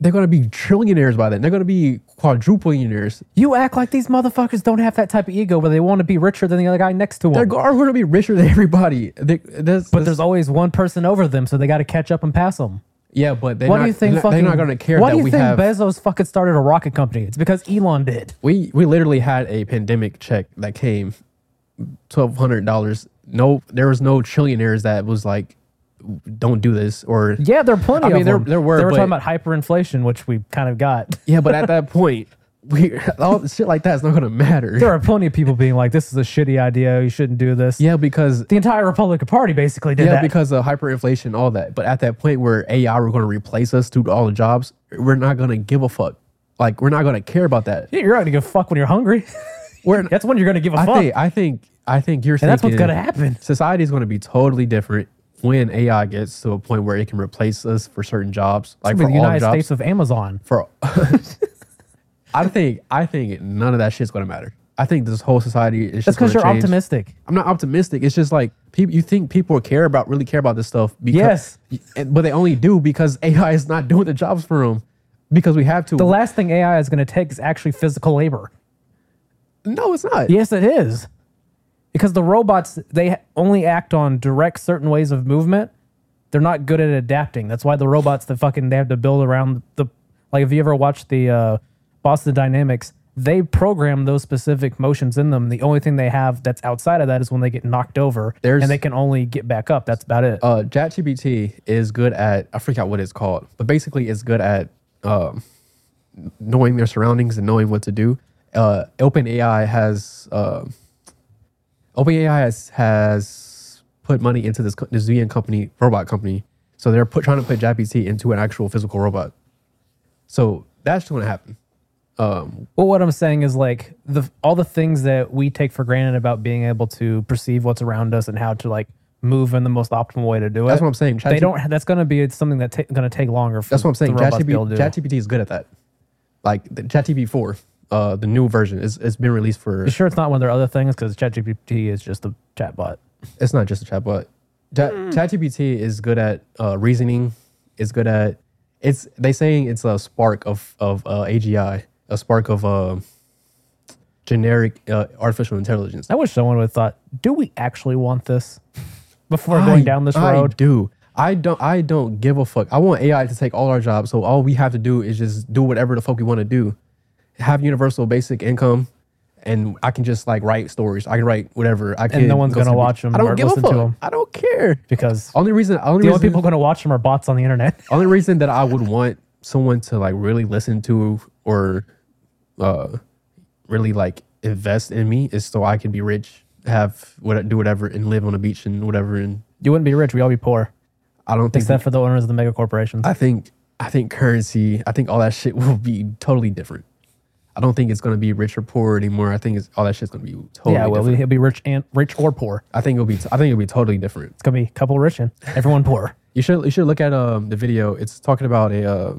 S2: they're going to be trillionaires by then. They're going to be quadruplionaires.
S1: You act like these motherfuckers don't have that type of ego where they want to be richer than the other guy next to them.
S2: They're going to be richer than everybody. They, that's,
S1: but there's always one person over them, so they got to catch up and pass them.
S2: yeah, but they're
S1: Why
S2: not,
S1: do you think
S2: they're not-
S1: fucking?
S2: they're not going to care
S1: Why
S2: that
S1: do you
S2: we
S1: think
S2: have
S1: Bezos fucking started a rocket company? It's because Elon did.
S2: we we literally had a pandemic check that came twelve hundred dollars. No, there was no trillionaires that was like, don't do this or
S1: Yeah, there are plenty.
S2: I mean,
S1: of
S2: there-
S1: them.
S2: there were,
S1: They were
S2: but-
S1: talking about hyperinflation, which we kind of got.
S2: yeah. But at that point, we all shit like that is not gonna matter.
S1: there are plenty of people being like, "This is a shitty idea. You shouldn't do this."
S2: Yeah, because
S1: The entire Republican Party basically did
S2: yeah,
S1: that.
S2: because of hyperinflation, all that. But at that point where AI were gonna replace us through all the jobs, we're not gonna give a fuck. Like we're not gonna care about that.
S1: Yeah, you're not gonna give a fuck when you're hungry.
S2: We're
S1: that's when you're gonna give a
S2: I
S1: fuck.
S2: think I think I think you're
S1: and that's what's
S2: thinking-
S1: gonna happen.
S2: society is going to be totally different when AI gets to a point where it can replace us for certain jobs, like
S1: With
S2: for
S1: the
S2: all
S1: United
S2: jobs.
S1: States of Amazon.
S2: For I think I think none of that shit's going to matter. I think this whole society is
S1: That's
S2: just
S1: because
S2: gonna
S1: you're
S2: change.
S1: optimistic.
S2: I'm not optimistic. It's just like people. You think people care about really care about this stuff?
S1: Yes.
S2: Because, yes, but they only do because AI is not doing the jobs for them. Because we have to.
S1: The last thing AI is gonna take is actually physical labor.
S2: no, it's not.
S1: Yes, it is. Because the robots, they only act on direct certain ways of movement. They're not good at adapting. That's why the robots that fucking they have to build around the like if you ever watched the uh, Boston Dynamics, they program those specific motions in them. The only thing they have that's outside of that is when they get knocked over
S2: There's-
S1: and they can only get back up. That's about it.
S2: uh, ChatGPT is good at I forgot what it's called, but basically it's good at um, knowing their surroundings and knowing what to do. Uh, OpenAI has uh, OpenAI has has put money into this co- this Zuyan company robot company So they're put, trying to put JPT into an actual physical robot. So that's just going to happen. Um,
S1: Well, what I'm saying is like the all the things that we take for granted about being able to perceive what's around us and how to like move in the most optimal way to do
S2: that's
S1: it.
S2: what I'm saying.
S1: they
S2: ChatGPT
S1: don't. That's going to be something that's going to take longer. For
S2: That's what I'm saying.
S1: the robots to be able
S2: ChatGPT
S1: to do.
S2: ChatGPT is good at that. Like the ChatGPT four, uh, the new version is it's been released for.
S1: You sure it's not one of their other things? Because ChatGPT is just a chatbot.
S2: It's not just a chatbot. Chat, ChatGPT is good at uh, reasoning. It's good at. It's they saying it's a spark of of uh, AGI, a spark of uh, generic uh, artificial intelligence.
S1: I wish someone would have thought, do we actually want this before going down this
S2: I
S1: road?
S2: do. I don't. I don't give a fuck. I want AI to take all our jobs. So all we have to do is just do whatever the fuck we want to do. Have universal basic income, and I can just like write stories. I can write whatever. I can.
S1: no one's
S2: go to
S1: gonna
S2: the
S1: watch
S2: beach.
S1: 'em
S2: I
S1: or
S2: don't give
S1: listen
S2: a
S1: to
S2: fuck.
S1: 'em.
S2: I don't care.
S1: Because
S2: Only reason. Only
S1: the
S2: reason,
S1: only people going to watch them are bots on the internet.
S2: only reason that I would want someone to like really listen to or uh really like invest in me is so I can be rich, have what do whatever, and live on a beach and whatever. And
S1: you wouldn't be rich. We all be poor,
S2: I don't think
S1: except for the owners of the mega corporations.
S2: I think I think currency, I think all that shit will be totally different. I don't think it's gonna be rich or poor anymore. I think it's all that shit's gonna be totally
S1: yeah, well,
S2: different.
S1: he'll be rich and rich or poor.
S2: I think it'll be I think it'll be totally different.
S1: It's gonna be a couple rich and everyone poor.
S2: You should you should look at um the video. It's talking about a uh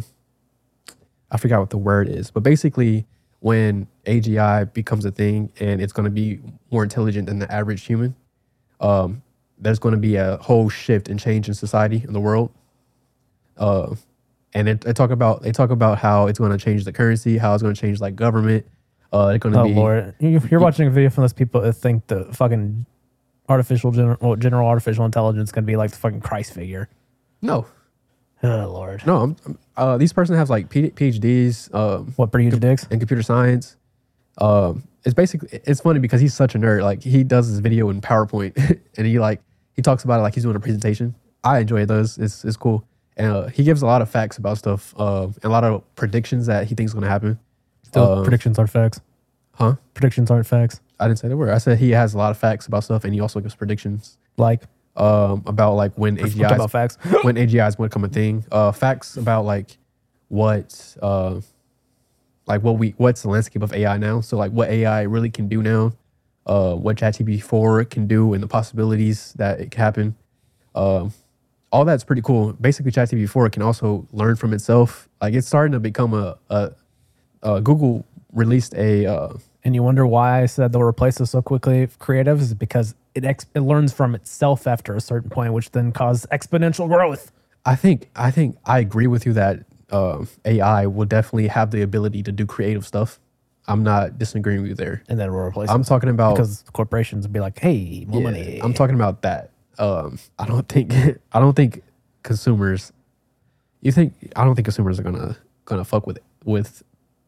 S2: I forgot what the word is, but basically when AGI becomes a thing and it's gonna be more intelligent than the average human, um, there's gonna be a whole shift and change in society in the world. Uh and it, they talk about they talk about how it's gonna change the currency, how it's gonna change like government. Uh it's gonna
S1: Oh
S2: be
S1: lord, You- you're watching a video from those people that think the fucking artificial general, well, general artificial intelligence is gonna be like the fucking Christ figure.
S2: no,
S1: Oh lord,
S2: no. I'm, I'm- uh, these person has like P- PhDs. Um,
S1: what pretty huge dicks?
S2: in computer science. Um, it's basically it's funny because he's such a nerd. Like he does his video in PowerPoint, and he like he talks about it like he's doing a presentation. I enjoy those. It's it's cool, and uh, he gives a lot of facts about stuff, uh, and a lot of predictions that he thinks going to happen.
S1: Those
S2: Uh,
S1: predictions aren't facts.
S2: Huh?
S1: Predictions aren't facts.
S2: I didn't say the word. I said he has a lot of facts about stuff, and he also gives predictions
S1: Like
S2: um, about like when
S1: talk
S2: AGI
S1: about facts.
S2: when AGIs would become a thing. Uh, facts about like what uh, like what we what's the landscape of AI now. So like what AI really can do now, uh, what ChatGPT four can do, and the possibilities that it can happen. Um, all that's pretty cool. Basically, ChatGPT four can also learn from itself. Like it's starting to become a, a, a Google released a uh,
S1: and you wonder why I said they'll replace us so quickly. with Creatives is because it ex- it learns from itself after a certain point, which then causes exponential growth.
S2: I think I think I agree with you that uh, AI will definitely have the ability to do creative stuff. I'm not disagreeing with you there.
S1: And then we'll replace
S2: I'm
S1: us
S2: talking about
S1: because corporations would be like, "Hey, more
S2: yeah,
S1: money."
S2: I'm talking about that. Um, I don't think I don't think consumers. You think I don't think consumers are gonna gonna fuck with with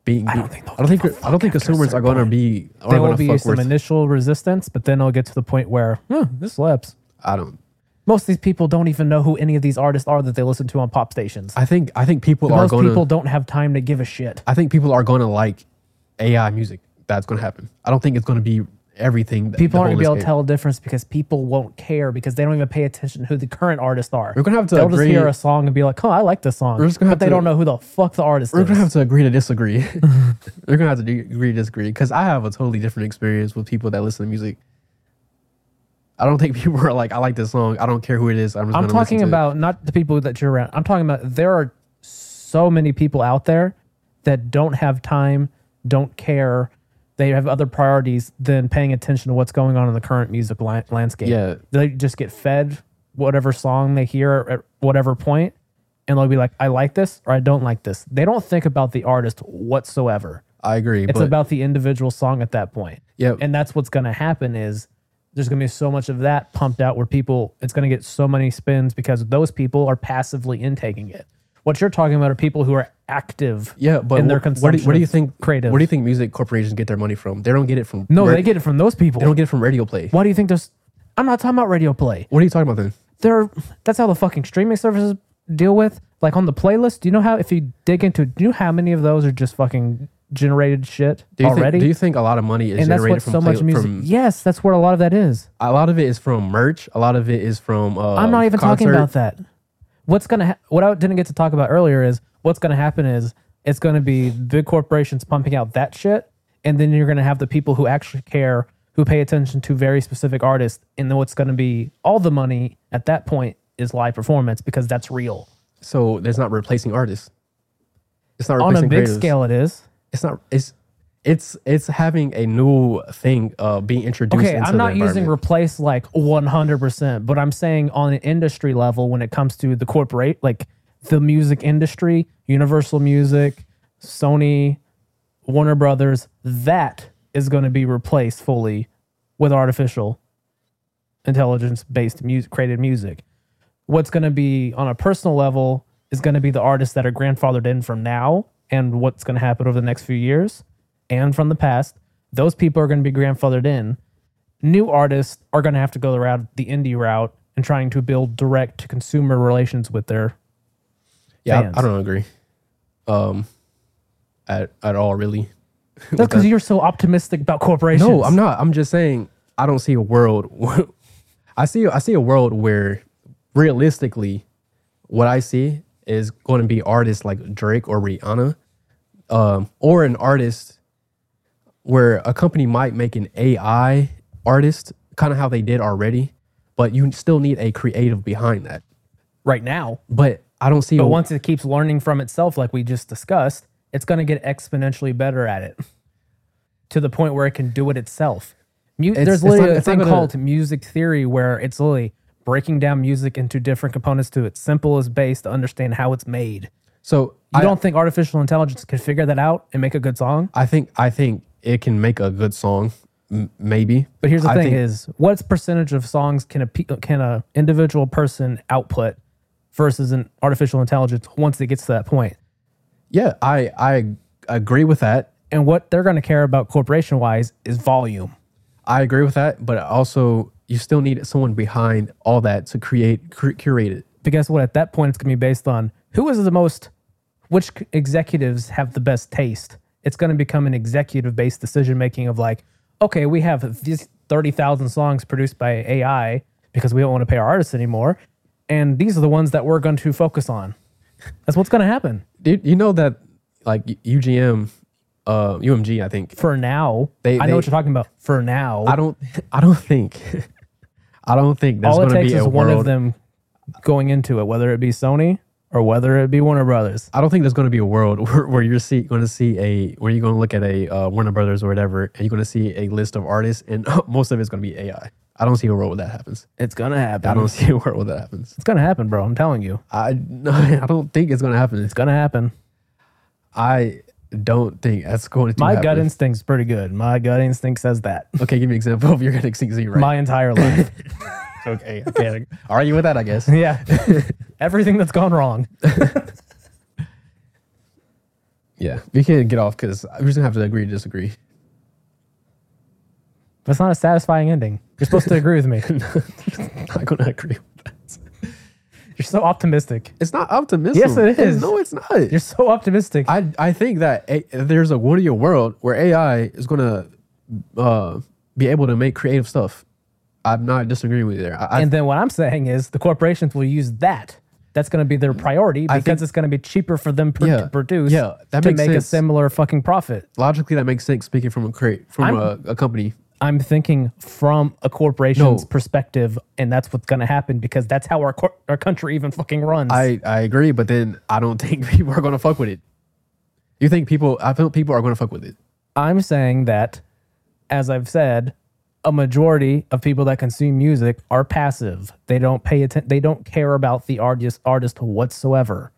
S2: being.
S1: I don't think they'll
S2: I don't think
S1: give a
S2: I don't think
S1: fuck after a
S2: consumers are
S1: certain
S2: gonna
S1: point.
S2: be. Are
S1: there
S2: gonna
S1: will be
S2: fuck
S1: some
S2: with,
S1: initial resistance, but then it'll get to the point where "Huh, this slaps.
S2: I don't.
S1: Most of these people don't even know who any of these artists are that they listen to on pop stations.
S2: I think I think people are
S1: Most
S2: gonna.
S1: people don't have time to give a shit.
S2: I think people are gonna like AI music. That's gonna happen. I don't think it's gonna be everything. that-
S1: People
S2: the
S1: aren't
S2: whole
S1: gonna be able to
S2: escape.
S1: tell a difference because people won't care because they don't even pay attention who the current artists are.
S2: We're gonna have to
S1: They'll
S2: agree-
S1: just hear a song and be like, "Oh, I like this song,"
S2: just gonna have
S1: but they
S2: to-
S1: don't know who the fuck the artist
S2: We're
S1: is.
S2: gonna have to agree to disagree. We're gonna have to de- agree to disagree because I have a totally different experience with people that listen to music. I don't think people are like, I like this song. I don't care who it is. I'm just.
S1: I'm
S2: gonna listen
S1: talking
S2: to it."
S1: about not the people that you're around. I'm talking about there are so many people out there that don't have time, don't care. They have other priorities than paying attention to what's going on in the current music li- landscape.
S2: Yeah.
S1: They just get fed whatever song they hear at whatever point, and they'll be like, I like this or I don't like this. They don't think about the artist whatsoever.
S2: I agree,
S1: It's
S2: but
S1: about the individual song at that point.
S2: yeah,
S1: And that's what's going to happen is there's going to be so much of that pumped out where people it's going to get so many spins because those people are passively intaking it. What you're talking about are people who are active.
S2: yeah. But
S1: in their
S2: wh- what, do, you- what do
S1: consumption
S2: you
S1: of
S2: think?
S1: creative.
S2: Where do you think music corporations get their money from? They don't get it from.
S1: No,
S2: ra-
S1: they get it from those people.
S2: They don't get it from radio play.
S1: Why do you think there's I'm not talking about radio play.
S2: What are you talking about then?
S1: They're that's how the fucking streaming services deal with like on the playlist. Do you know how if you dig into do you know how many of those are just fucking generated shit
S2: Do you
S1: already?
S2: Think, do you think a lot of money is
S1: and that's
S2: generated
S1: what
S2: from
S1: so much
S2: play-
S1: music.
S2: From,
S1: yes, that's where a lot of that is.
S2: a lot of it is from merch. A lot of it is from. Uh,
S1: I'm not even talking about that. what's gonna ha- what I didn't get to talk about earlier is what's gonna happen is it's gonna be big corporations pumping out that shit, and then you're gonna have the people who actually care, who pay attention to very specific artists, and then what's gonna be all the money at that point is live performance because that's real
S2: So that's not replacing artists. It's not
S1: on
S2: replacing
S1: a big
S2: creators.
S1: scale. It is
S2: It's not. It's it's it's having a new thing uh, being introduced.
S1: okay.
S2: into
S1: I'm
S2: the
S1: not using
S2: environment.
S1: replace like 100, percent but I'm saying on an industry level when it comes to the corporate, like the music industry, Universal Music, Sony, Warner Brothers, that is going to be replaced fully with artificial intelligence based music created music. What's going to be on a personal level is going to be the artists that are grandfathered in from now and what's going to happen over the next few years and from the past. Those people are going to be grandfathered in. New artists are going to have to go the route the indie route and trying to build direct to consumer relations with their
S2: yeah, I-
S1: fans.
S2: I, don't agree. Um, at at all really.
S1: That's because you're so optimistic about corporations.
S2: No, I'm not. I'm just saying I don't see a world. I see I see a world where realistically, what I see is going to be artists like Drake or Rihanna, um, or an artist where a company might make an AI artist, kind of how they did already, but you still need a creative behind that.
S1: right now.
S2: But I don't see.
S1: But
S2: a,
S1: once it keeps learning from itself, like we just discussed, it's going to get exponentially better at it to the point where it can do it itself. Mu-
S2: it's
S1: there's literally
S2: not-
S1: a
S2: it's not
S1: thing
S2: gonna-
S1: called music theory where it's literally breaking down music into different components to its simplest base to understand how it's made.
S2: so
S1: You
S2: I,
S1: don't think artificial intelligence could figure that out and make a good song?
S2: I think I think it can make a good song, m- maybe.
S1: But here's the
S2: I
S1: thing:
S2: think-
S1: is what percentage of songs can a pe- can a individual person output versus an artificial intelligence once it gets to that point?
S2: Yeah, I I agree with that.
S1: And what they're going to care about corporation wise is volume.
S2: I agree with that, but also you still need someone behind all that to create cur- curate it.
S1: But guess what? At that point, it's going to be based on who is the most, which c- executives have the best taste. It's going to become an executive based decision making of like, okay, we have these 30,000 songs produced by AI because we don't want to pay our artists anymore. And these are the ones that we're going to focus on. That's what's going to happen
S2: Did you know that like UGM, uh, UMG? I think
S1: for now.
S2: They-
S1: I
S2: they-
S1: know what you're talking about. For now,
S2: I don't. I don't think. I don't think there's
S1: all it
S2: going to
S1: takes
S2: be a
S1: is
S2: world.
S1: one of them going into it, whether it be Sony or whether it be Warner Brothers.
S2: I don't think there's going to be a world where, where you're see going to see a where you're going to look at a uh, Warner Brothers or whatever, and you're going to see a list of artists, and most of it's going to be AI. I don't see a world where that happens.
S1: It's going to
S2: I
S1: happen.
S2: don't see a world where that happens.
S1: It's going to happen, bro. I'm telling you.
S2: I I don't think it's going to happen.
S1: It's gonna happen. I
S2: don't think that's going to
S1: my
S2: happen.
S1: gut instinct's pretty good. My gut instinct says that
S2: Okay, give me an example of your gut instinct zero.
S1: my entire life.
S2: okay, okay. Are you with that? I guess.
S1: yeah, everything that's gone wrong.
S2: Yeah, we can get off because we're just gonna have to agree to disagree.
S1: That's not a satisfying ending. You're supposed to agree with me.
S2: I'm not gonna agree. With that.
S1: You're so optimistic.
S2: It's not optimism.
S1: Yes, it is.
S2: No, it's not.
S1: You're so optimistic.
S2: I I think that a, there's a what your world where AI is gonna uh, be able to make creative stuff. I'm not disagreeing with you there. I, I,
S1: and then what I'm saying is the corporations will use that. That's going to be their priority because
S2: Mm. think-
S1: it's going to be cheaper for them pr-
S2: Yeah,
S1: to produce
S2: yeah, that
S1: to
S2: makes
S1: make a
S2: sense.
S1: similar fucking profit.
S2: logically, that makes sense. Speaking from a create from a,
S1: I'm-
S2: a company,
S1: I'm thinking from a corporation's
S2: No.
S1: perspective, and that's what's going to happen because that's how our cor- our country even fucking runs.
S2: I, I agree, but then I don't think people are gonna fuck with it. You think people? I feel people are gonna fuck with it.
S1: I'm saying that, as I've said, a majority of people that consume music are passive. They don't pay attention. They don't care about the artist artist whatsoever.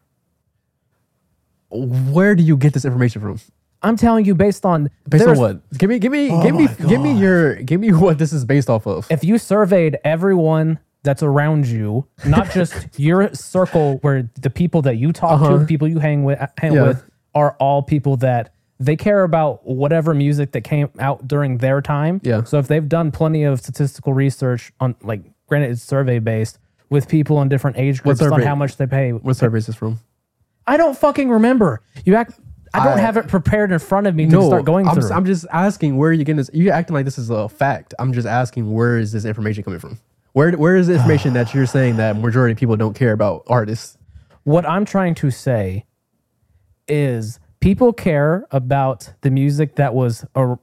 S2: Where do you get this information from?
S1: I'm telling you, based on
S2: Based
S1: there's-
S2: on what? Give me, give me, give me,
S1: my
S2: give me your, give me what this is based off of.
S1: If you surveyed everyone that's around you, not just your circle, where the people that you talk to, the people you hang with, uh, hang
S2: Uh-huh. Yeah.
S1: with, are all people that they care about whatever music that came out during their time.
S2: Yeah.
S1: So if they've done plenty of statistical research on, like, granted it's survey based with people in different age groups on
S2: survey?
S1: how much they pay.
S2: What survey is this from?
S1: I don't fucking remember. You act. I don't
S2: I-
S1: have it prepared in front of me to start going
S2: I'm,
S1: through.
S2: just- I'm just asking where you getting this. You're acting like this is a fact. I'm just asking where is this information coming from? Where, where is the information that you're saying that majority of people don't care about artists?
S1: What I'm trying to say is people care about the music that was a,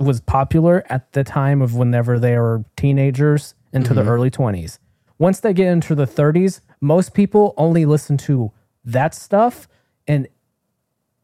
S1: was popular at the time of whenever they were teenagers into the early 20s. Once they get into the 30s, most people only listen to that stuff and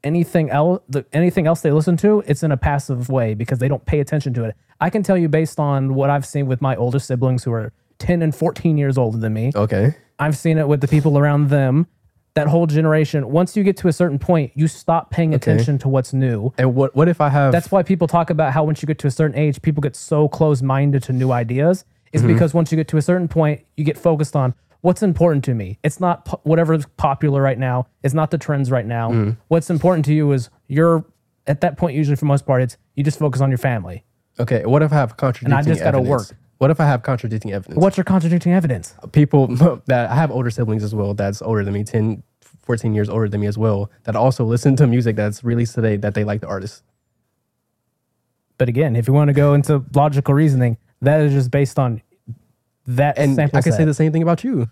S1: anything else the, anything else they listen to it's in a passive way because they don't pay attention to it i can tell you based on what i've seen with my older siblings who are 10 and 14 years older than me
S2: Okay.
S1: I've seen it with the people around them. That whole generation, once you get to a certain point, you stop paying attention to what's new.
S2: And what what if I have
S1: That's why people talk about how once you get to a certain age, people get so close minded to new ideas. Is because once you get to a certain point, you get focused on what's important to me. It's not po- whatever's popular right now. It's not the trends right now. What's important to you is you're at that point. Usually, for most part, it's you just focus on your family.
S2: okay? What if I have contradicting?
S1: just gotta
S2: evidence?
S1: work.
S2: What if I have contradicting evidence?
S1: What's your contradicting evidence?
S2: people that I have older siblings as well that's older than me 10 14 years older than me as well that also listen to music that's released today that they like the artist
S1: But again, if you want to go into logical reasoning, that is just based on that
S2: and
S1: sample
S2: I can
S1: set.
S2: say the same thing about you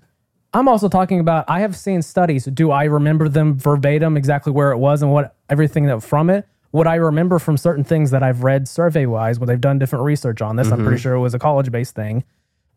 S1: I'm also talking about I have seen studies. Do I remember them verbatim exactly where it was and what everything that from it? What I remember from certain things that I've read survey wise, where they've done different research on this, I'm pretty sure it was a college based thing,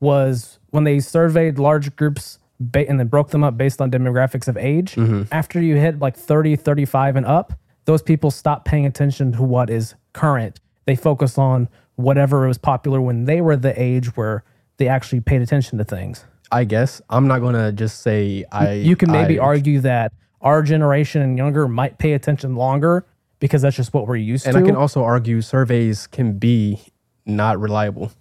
S1: was when they surveyed large groups ba- and then broke them up based on demographics of age. After you hit like 30, 35 and up, those people stop paying attention to what is current. They focus on whatever was popular when they were the age where they actually paid attention to things
S2: I guess I'm not gonna just say I
S1: you can maybe
S2: I-
S1: argue that our generation and younger might pay attention longer because that's just what we're used
S2: and
S1: to.
S2: I can also argue surveys can be not reliable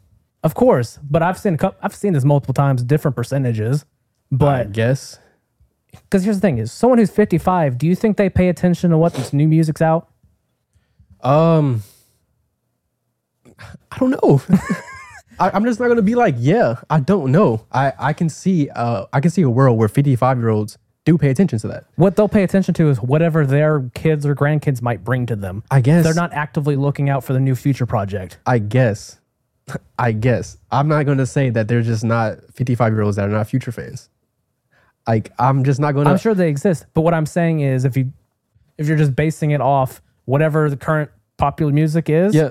S1: of course, but I've seen a couple, I've seen this multiple times, different percentages.
S2: I
S1: But
S2: guess
S1: because here's the thing: is someone who's 55, do you think they pay attention to what this new music's out?
S2: um I don't know I, I'm just not gonna be like yeah I don't know I I can see uh I can see a world where 55 year olds do pay attention to that
S1: What they'll pay attention to is whatever their kids or grandkids might bring to them.
S2: I guess
S1: They're not actively looking out for the new future project.
S2: I guess. I guess. I'm not going to say that they're just not 55 year olds that are not future fans. Like, I'm just not going
S1: I'm
S2: to.
S1: sure they exist, but what I'm saying is, if you if you're just basing it off whatever the current popular music is,
S2: Yeah.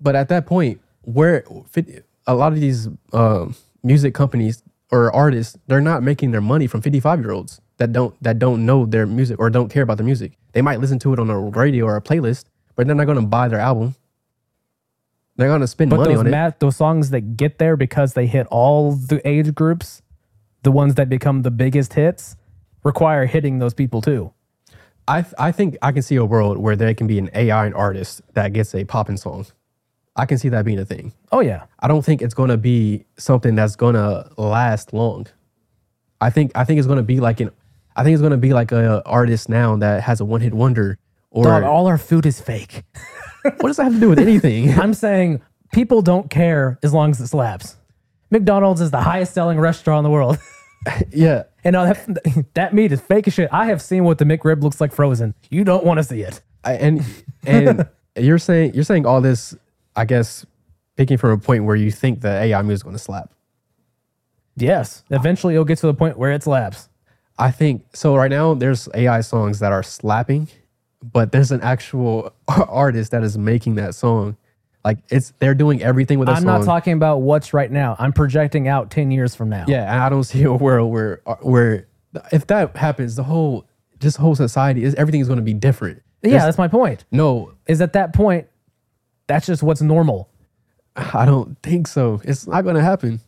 S2: But at that point, where fit- a lot of these um, music companies or artists, they're not making their money from 55 year olds that don't that don't know their music or don't care about their music. They might listen to it on a radio or a playlist, but they're not going to buy their album. They're going to spend
S1: But
S2: money
S1: those
S2: on it.
S1: ma- those songs that get there because they hit all the age groups, the ones that become the biggest hits, require hitting those people too.
S2: I th- I think I can see a world where there can be an AI and artist that gets a poppin' song. I can see that being a thing.
S1: Oh yeah,
S2: I don't think it's gonna be something that's gonna last long. I think I think it's gonna be like an I think it's gonna be like a artist now that has a one hit wonder or
S1: Dog, all our food is fake.
S2: what does that have to do with anything?
S1: I'm saying people don't care as long as it slaps. McDonald's is the highest selling restaurant in the world,
S2: yeah.
S1: and all that, that meat is fake as shit. I have seen what the McRib looks like frozen. You don't want to see it.
S2: I, and and you're saying you're saying all this, I guess, picking from a point where you think that AI music is gonna slap.
S1: Yes, eventually it'll get to the point where it slaps.
S2: I think so. Right now, there's AI songs that are slapping, but there's an actual artist that is making that song. Like it's they're doing everything with a
S1: I'm
S2: song.
S1: not talking about what's right now. I'm projecting out ten years from now.
S2: yeah, and I don't see a world where uh, where if that happens, the whole just whole society is everything is going to be different.
S1: yeah, that's my point.
S2: No,
S1: is at that point, that's just what's normal.
S2: I don't think so. It's not going to happen.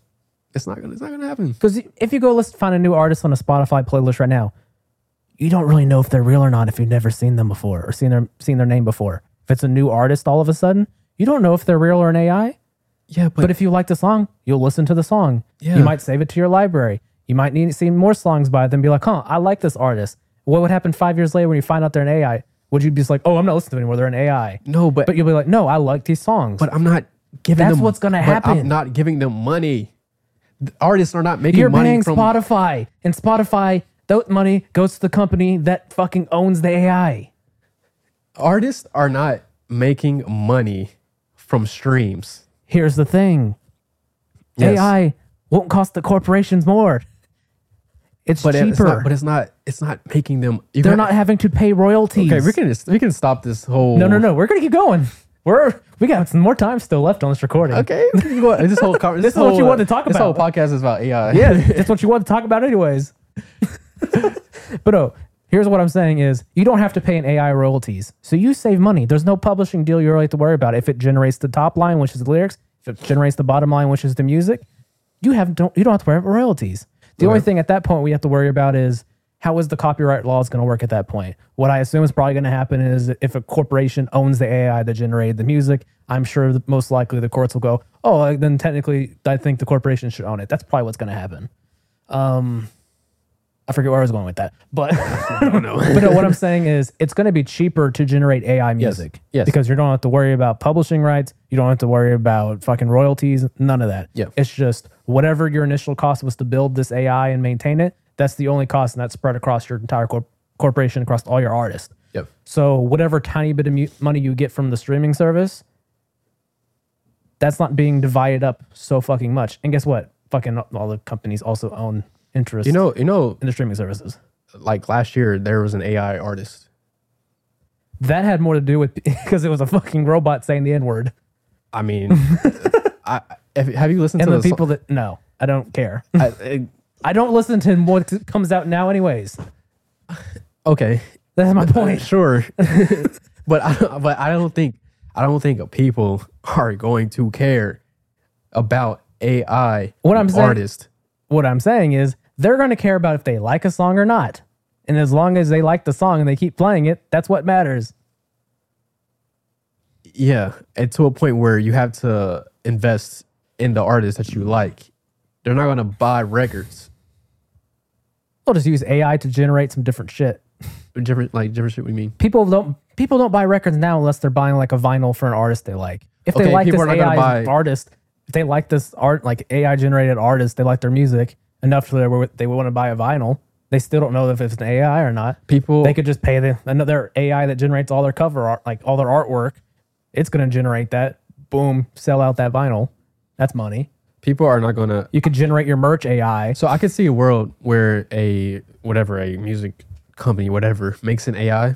S2: It's not going. It's not going to happen.
S1: Because if you go listen, find a new artist on a Spotify playlist right now, you don't really know if they're real or not if you've never seen them before or seen their seen their name before. If it's a new artist, all of a sudden, you don't know if they're real or an AI.
S2: Yeah,
S1: But, if you like the song, you'll listen to the song.
S2: Yeah.
S1: You might save it to your library. You might need to see more songs by them. Be like, huh, I like this artist. What would happen five years later when you find out they're an AI? Would you be just like, oh, I'm not listening to them anymore. They're an AI.
S2: no, but
S1: But you'll be like, no, I like these songs.
S2: but I'm not giving
S1: That's
S2: them.
S1: what's gonna
S2: but
S1: happen.
S2: I'm not giving them money. The artists are not making
S1: You're
S2: money
S1: paying
S2: from
S1: Spotify, and Spotify, that money goes to the company that fucking owns the AI.
S2: artists are not making money from streams.
S1: Here's the thing
S2: Yes.
S1: AI won't cost the corporations more. It's
S2: But it-
S1: cheaper.
S2: it's not. But it's not. It's not making them. you
S1: They're
S2: can-
S1: not having to pay royalties.
S2: Okay, we can just, we can stop this whole.
S1: no, no, no. We're gonna keep going. We're we got some more time still left on this recording.
S2: Okay, we can go on. this whole conver- this,
S1: is what you
S2: whole,
S1: wanted to talk
S2: This whole
S1: about.
S2: podcast is about AI.
S1: Yeah, that's what you want to talk about, anyways. but oh, here's what I'm saying is you don't have to pay an AI royalties, so you save money. There's no publishing deal you really have to worry about. If it generates the top line, which is the lyrics, if it generates the bottom line, which is the music, you have don't you don't have to worry about royalties. The only thing at that point we have to worry about is how is the copyright laws going to work at that point? What I assume is probably going to happen is if a corporation owns the AI that generated the music, I'm sure that most likely the courts will go, oh, uh, then technically I think the corporation should own it. That's probably what's going to happen. Um, I forget where I was going with that, but but no, what I'm saying is it's going to be cheaper to generate AI music
S2: yes.
S1: because you don't have to worry about publishing rights, you don't have to worry about fucking royalties, none of that.
S2: Yeah.
S1: it's just whatever your initial cost was to build this AI and maintain it. That's the only cost, and that's spread across your entire corp- corporation, across all your artists.
S2: Yep.
S1: So whatever tiny bit of mu- money you get from the streaming service, that's not being divided up so fucking much. And guess what? Fucking all the companies also own interest
S2: You know, you know,
S1: in the streaming services.
S2: like last year there was an AI artist.
S1: That had more to do with because it was a fucking robot saying the n word,
S2: I mean, I if, have you listened
S1: and
S2: to
S1: the
S2: the
S1: people that no, I don't care.
S2: Song? I, I-
S1: I don't listen to what comes out now, anyways.
S2: okay,
S1: That's my point.
S2: sure, but I, don't- but I don't think I don't think people are going to care about AI.
S1: What I'm saying-
S2: artist.
S1: what I'm saying is they're going to care about if they like a song or not. And as long as they like the song and they keep playing it, that's what matters.
S2: Yeah, and to a point where you have to invest in the artist that you like. They're not going to buy records.
S1: They'll just use AI to generate some different shit.
S2: Different like different shit. We mean.
S1: People don't people don't buy records now unless they're buying like a vinyl for an artist they like. If they
S2: Okay,
S1: like this
S2: people are not gonna
S1: AI
S2: buy-
S1: artist, if they like this art like AI generated artist, they like their music enough to where they want to buy a vinyl. They still don't know if it's an AI or not.
S2: People
S1: They could just pay the another AI that generates all their cover art, like all their artwork. It's going to generate that. Boom, sell out that vinyl. That's money.
S2: people are not going to
S1: You could generate your merch AI.
S2: So I could see a world where a whatever a music company whatever makes an AI,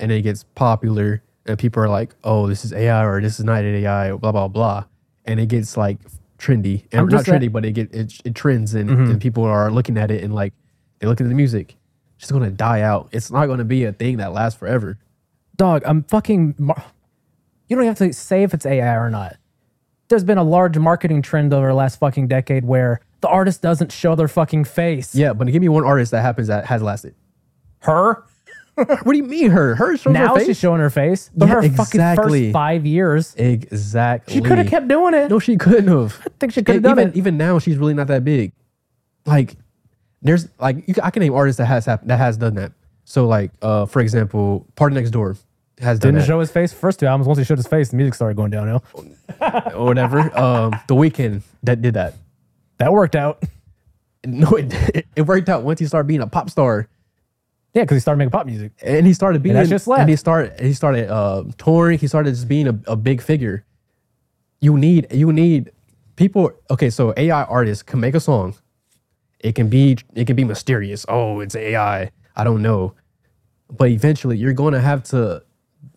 S2: and it gets popular, and people are like, "Oh, this is AI," or "This is not an AI," blah blah blah, and it gets like trendy, and
S1: I'm
S2: not
S1: just Mm-hmm. saying-
S2: trendy, but it get it, it trends, and, and people are looking at it and like they look at the music, it's just gonna die out. It's not gonna be a thing that lasts forever.
S1: Dog, I'm fucking. Mar- you don't have to say if it's AI or not. There's been a large marketing trend over the last fucking decade where the artist doesn't show their fucking face.
S2: Yeah, but give me one artist that happens that has lasted.
S1: Her
S2: What do you mean her? Her shows
S1: now
S2: her face.
S1: she's showing her face, but
S2: Yeah,
S1: her fucking
S2: exactly.
S1: first five years,
S2: exactly.
S1: she could have kept doing it.
S2: No, she couldn't have. I
S1: think she could've done
S2: even,
S1: it.
S2: Even now, she's really not that big. Like, there's like you, ca- I can name artists that has hap- that has done that. So like, uh, for example, Party Next Door has done
S1: Didn't
S2: that
S1: show his face first two albums. Once he showed his face, the music started going downhill.
S2: or whatever. um, The Weeknd that did that.
S1: That worked out.
S2: No, it it worked out once he started being a pop star,
S1: Yeah, because he started making pop music.
S2: and he started being
S1: that's just left.
S2: and he started he started uh, touring. He started just being a, a big figure. You need you need people. Okay, so AI artists can make a song. It can be it can be mysterious. Oh, it's AI. I don't know. But eventually, you're going to have to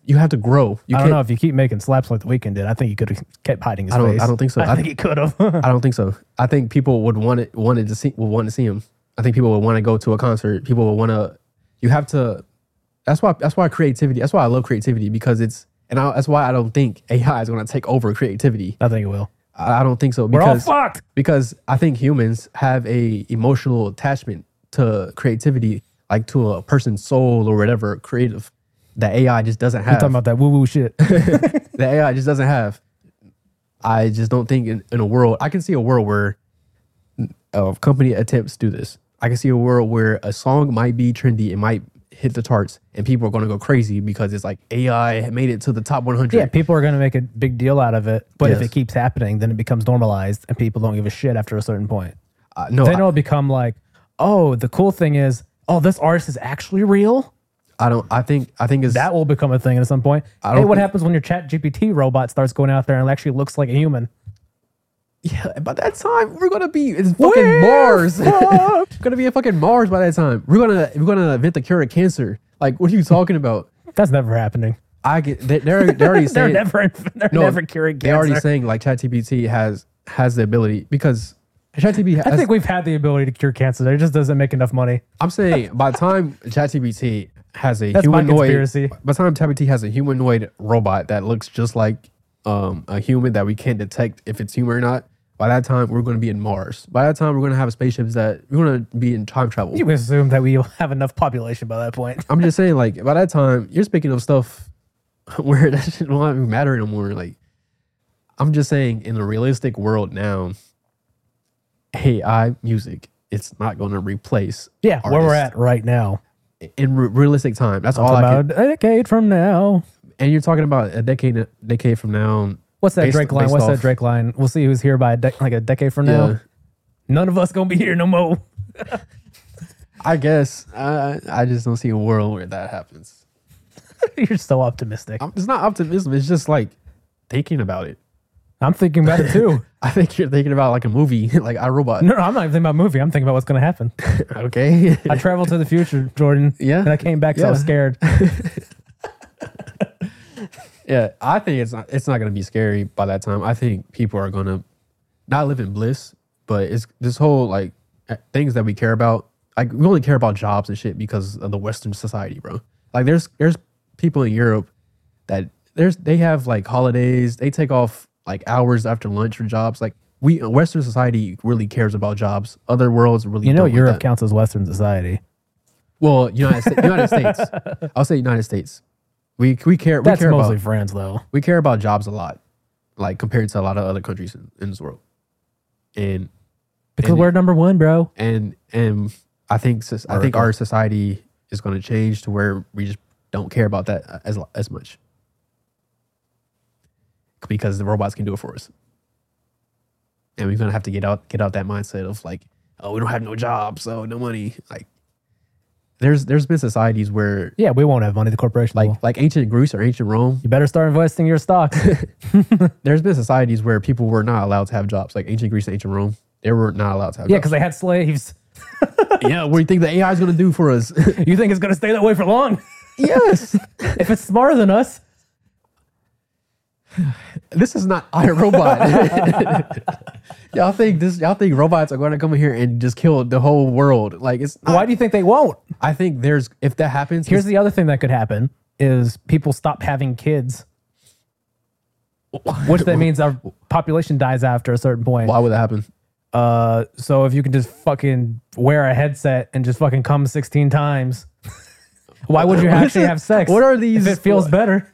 S2: you have to grow. You
S1: I
S2: can't-
S1: don't know if you keep making slaps like the weekend did. I think he could have kept hiding his
S2: I don't-
S1: face.
S2: I don't think so.
S1: I,
S2: I-
S1: think he could have.
S2: I don't think so. I think people would want it wanted to see would want to see him. I think people would want to go to a concert. People would want to. You have to. That's why. That's why creativity. That's why I love creativity because it's. And I, that's why I don't think AI is going to take over creativity.
S1: I think he will.
S2: I, I don't think so
S1: We're all
S2: because
S1: fucked.
S2: because I think humans have a emotional attachment to creativity, like to a person's soul or whatever creative. That AI just doesn't have.
S1: Talking about that woo woo shit.
S2: The AI just doesn't have. I just don't think in, in a world I can see a world where uh, a company attempts to do this. I can see a world where a song might be trendy, it might hit the charts, and people are going to go crazy because it's like AI made it to the top 100.
S1: yeah, people are going to make a big deal out of it. But if
S2: Yes.
S1: it keeps happening, then it becomes normalized and people don't give a shit after a certain point.
S2: Uh, no,
S1: Then
S2: I,
S1: it'll become like, oh, the cool thing is, oh, this artist is actually real.
S2: I don't. I think I think it's
S1: That will become a thing at some point. Hey,
S2: don't
S1: what
S2: think-
S1: happens when your chat GPT robot starts going out there and actually looks like a human?
S2: yeah, by that time we're gonna be it's fucking
S1: We're
S2: Mars.
S1: fucked.
S2: gonna be in fucking Mars by that time. We're gonna we're gonna invent the cure of cancer. Like, what are you talking about?
S1: That's never happening.
S2: I get they, they're they're already
S1: They're
S2: saying
S1: never they're
S2: No,
S1: never curing
S2: they're
S1: cancer.
S2: already saying like ChatGPT has has the ability because ChatGPT. Has,
S1: I think we've had the ability to cure cancer. It just doesn't make enough money.
S2: I'm saying by the time ChatGPT has a
S1: That's my
S2: humanoid,
S1: conspiracy.
S2: by the time ChatGPT has a humanoid robot that looks just like um, a human that we can't detect if it's human or not, by that time we're going to be in Mars. By that time we're going to have spaceships that we're going to be in time travel.
S1: You assume that we have enough population by that point.
S2: I'm just saying, like by that time you're speaking of stuff where that shit won't even matter no more. Like I'm just saying, in a realistic world now, AI music it's not going to replace
S1: Yeah, where we're at
S2: Artists.
S1: right now.
S2: in re- realistic time. That's all I can.
S1: About a decade from now.
S2: And you're talking about a decade decade from now.
S1: What's that
S2: Based-
S1: Drake line?
S2: based
S1: What's
S2: off-
S1: that Drake line? We'll see who's here by a dec like a decade from
S2: Yeah.
S1: now. None of us gonna be here no more.
S2: I guess I I just don't see a world where that happens.
S1: You're so optimistic.
S2: I'm, it's not optimism. It's just like thinking about it.
S1: I'm thinking about it too.
S2: I think you're thinking about like a movie, like iRobot.
S1: No, no, I'm not even thinking about movie. I'm thinking about what's gonna happen.
S2: Okay.
S1: I traveled to the future, Jordan.
S2: Yeah.
S1: And I came back so I was
S2: Yeah.
S1: scared.
S2: yeah, I think it's not it's not gonna be scary by that time. I think people are gonna not live in bliss, but it's this whole like uh, things that we care about. Like we only care about jobs and shit because of the Western society, bro. Like there's there's people in Europe that there's they have like holidays. They take off like hours after lunch for jobs. Like we Western society really cares about jobs. Other worlds really
S1: You know
S2: don't like
S1: Europe
S2: that.
S1: counts as Western society.
S2: Well, United States, United States. I'll say United States. We we care. We
S1: That's
S2: care about
S1: mostly France though.
S2: we care about jobs a lot, like compared to a lot of other countries in, in this world. And
S1: Because
S2: And-
S1: we're number one, bro.
S2: and and I think soc- I think
S3: America.
S2: our society is going to change to where we just don't care about that uh, as as much because the robots can do it for us. And we're gonna have to get out get out that mindset of like, oh, we don't have no jobs, so no money. Like, there's there's been societies where
S1: Yeah, we won't have money. The corporation
S2: like
S1: will.
S2: like ancient Greece or ancient Rome,
S1: You better start investing your stocks.
S2: there's been societies where people were not allowed to have jobs, like ancient Greece, and ancient Rome. They were not allowed to have
S1: yeah, because
S2: jobs.
S1: they had slaves.
S2: yeah, what do you think the AI is going to do for us?
S1: You think it's gonna stay that way for long?
S2: yes.
S1: if it's smarter than us,
S2: This is not iRobot. y'all think this y'all think robots are going to come in here and just kill the whole world. Like it's not,
S1: why do you think they won't?
S2: I think there's if that happens,
S1: Here's the other thing that could happen is people stop having kids, which that means our population dies after a certain point.
S2: why would that happen?
S1: Uh, so if you can just fucking wear a headset and just fucking come 16 times, why would you actually have sex?
S2: What are
S1: if
S2: these
S1: it feels better?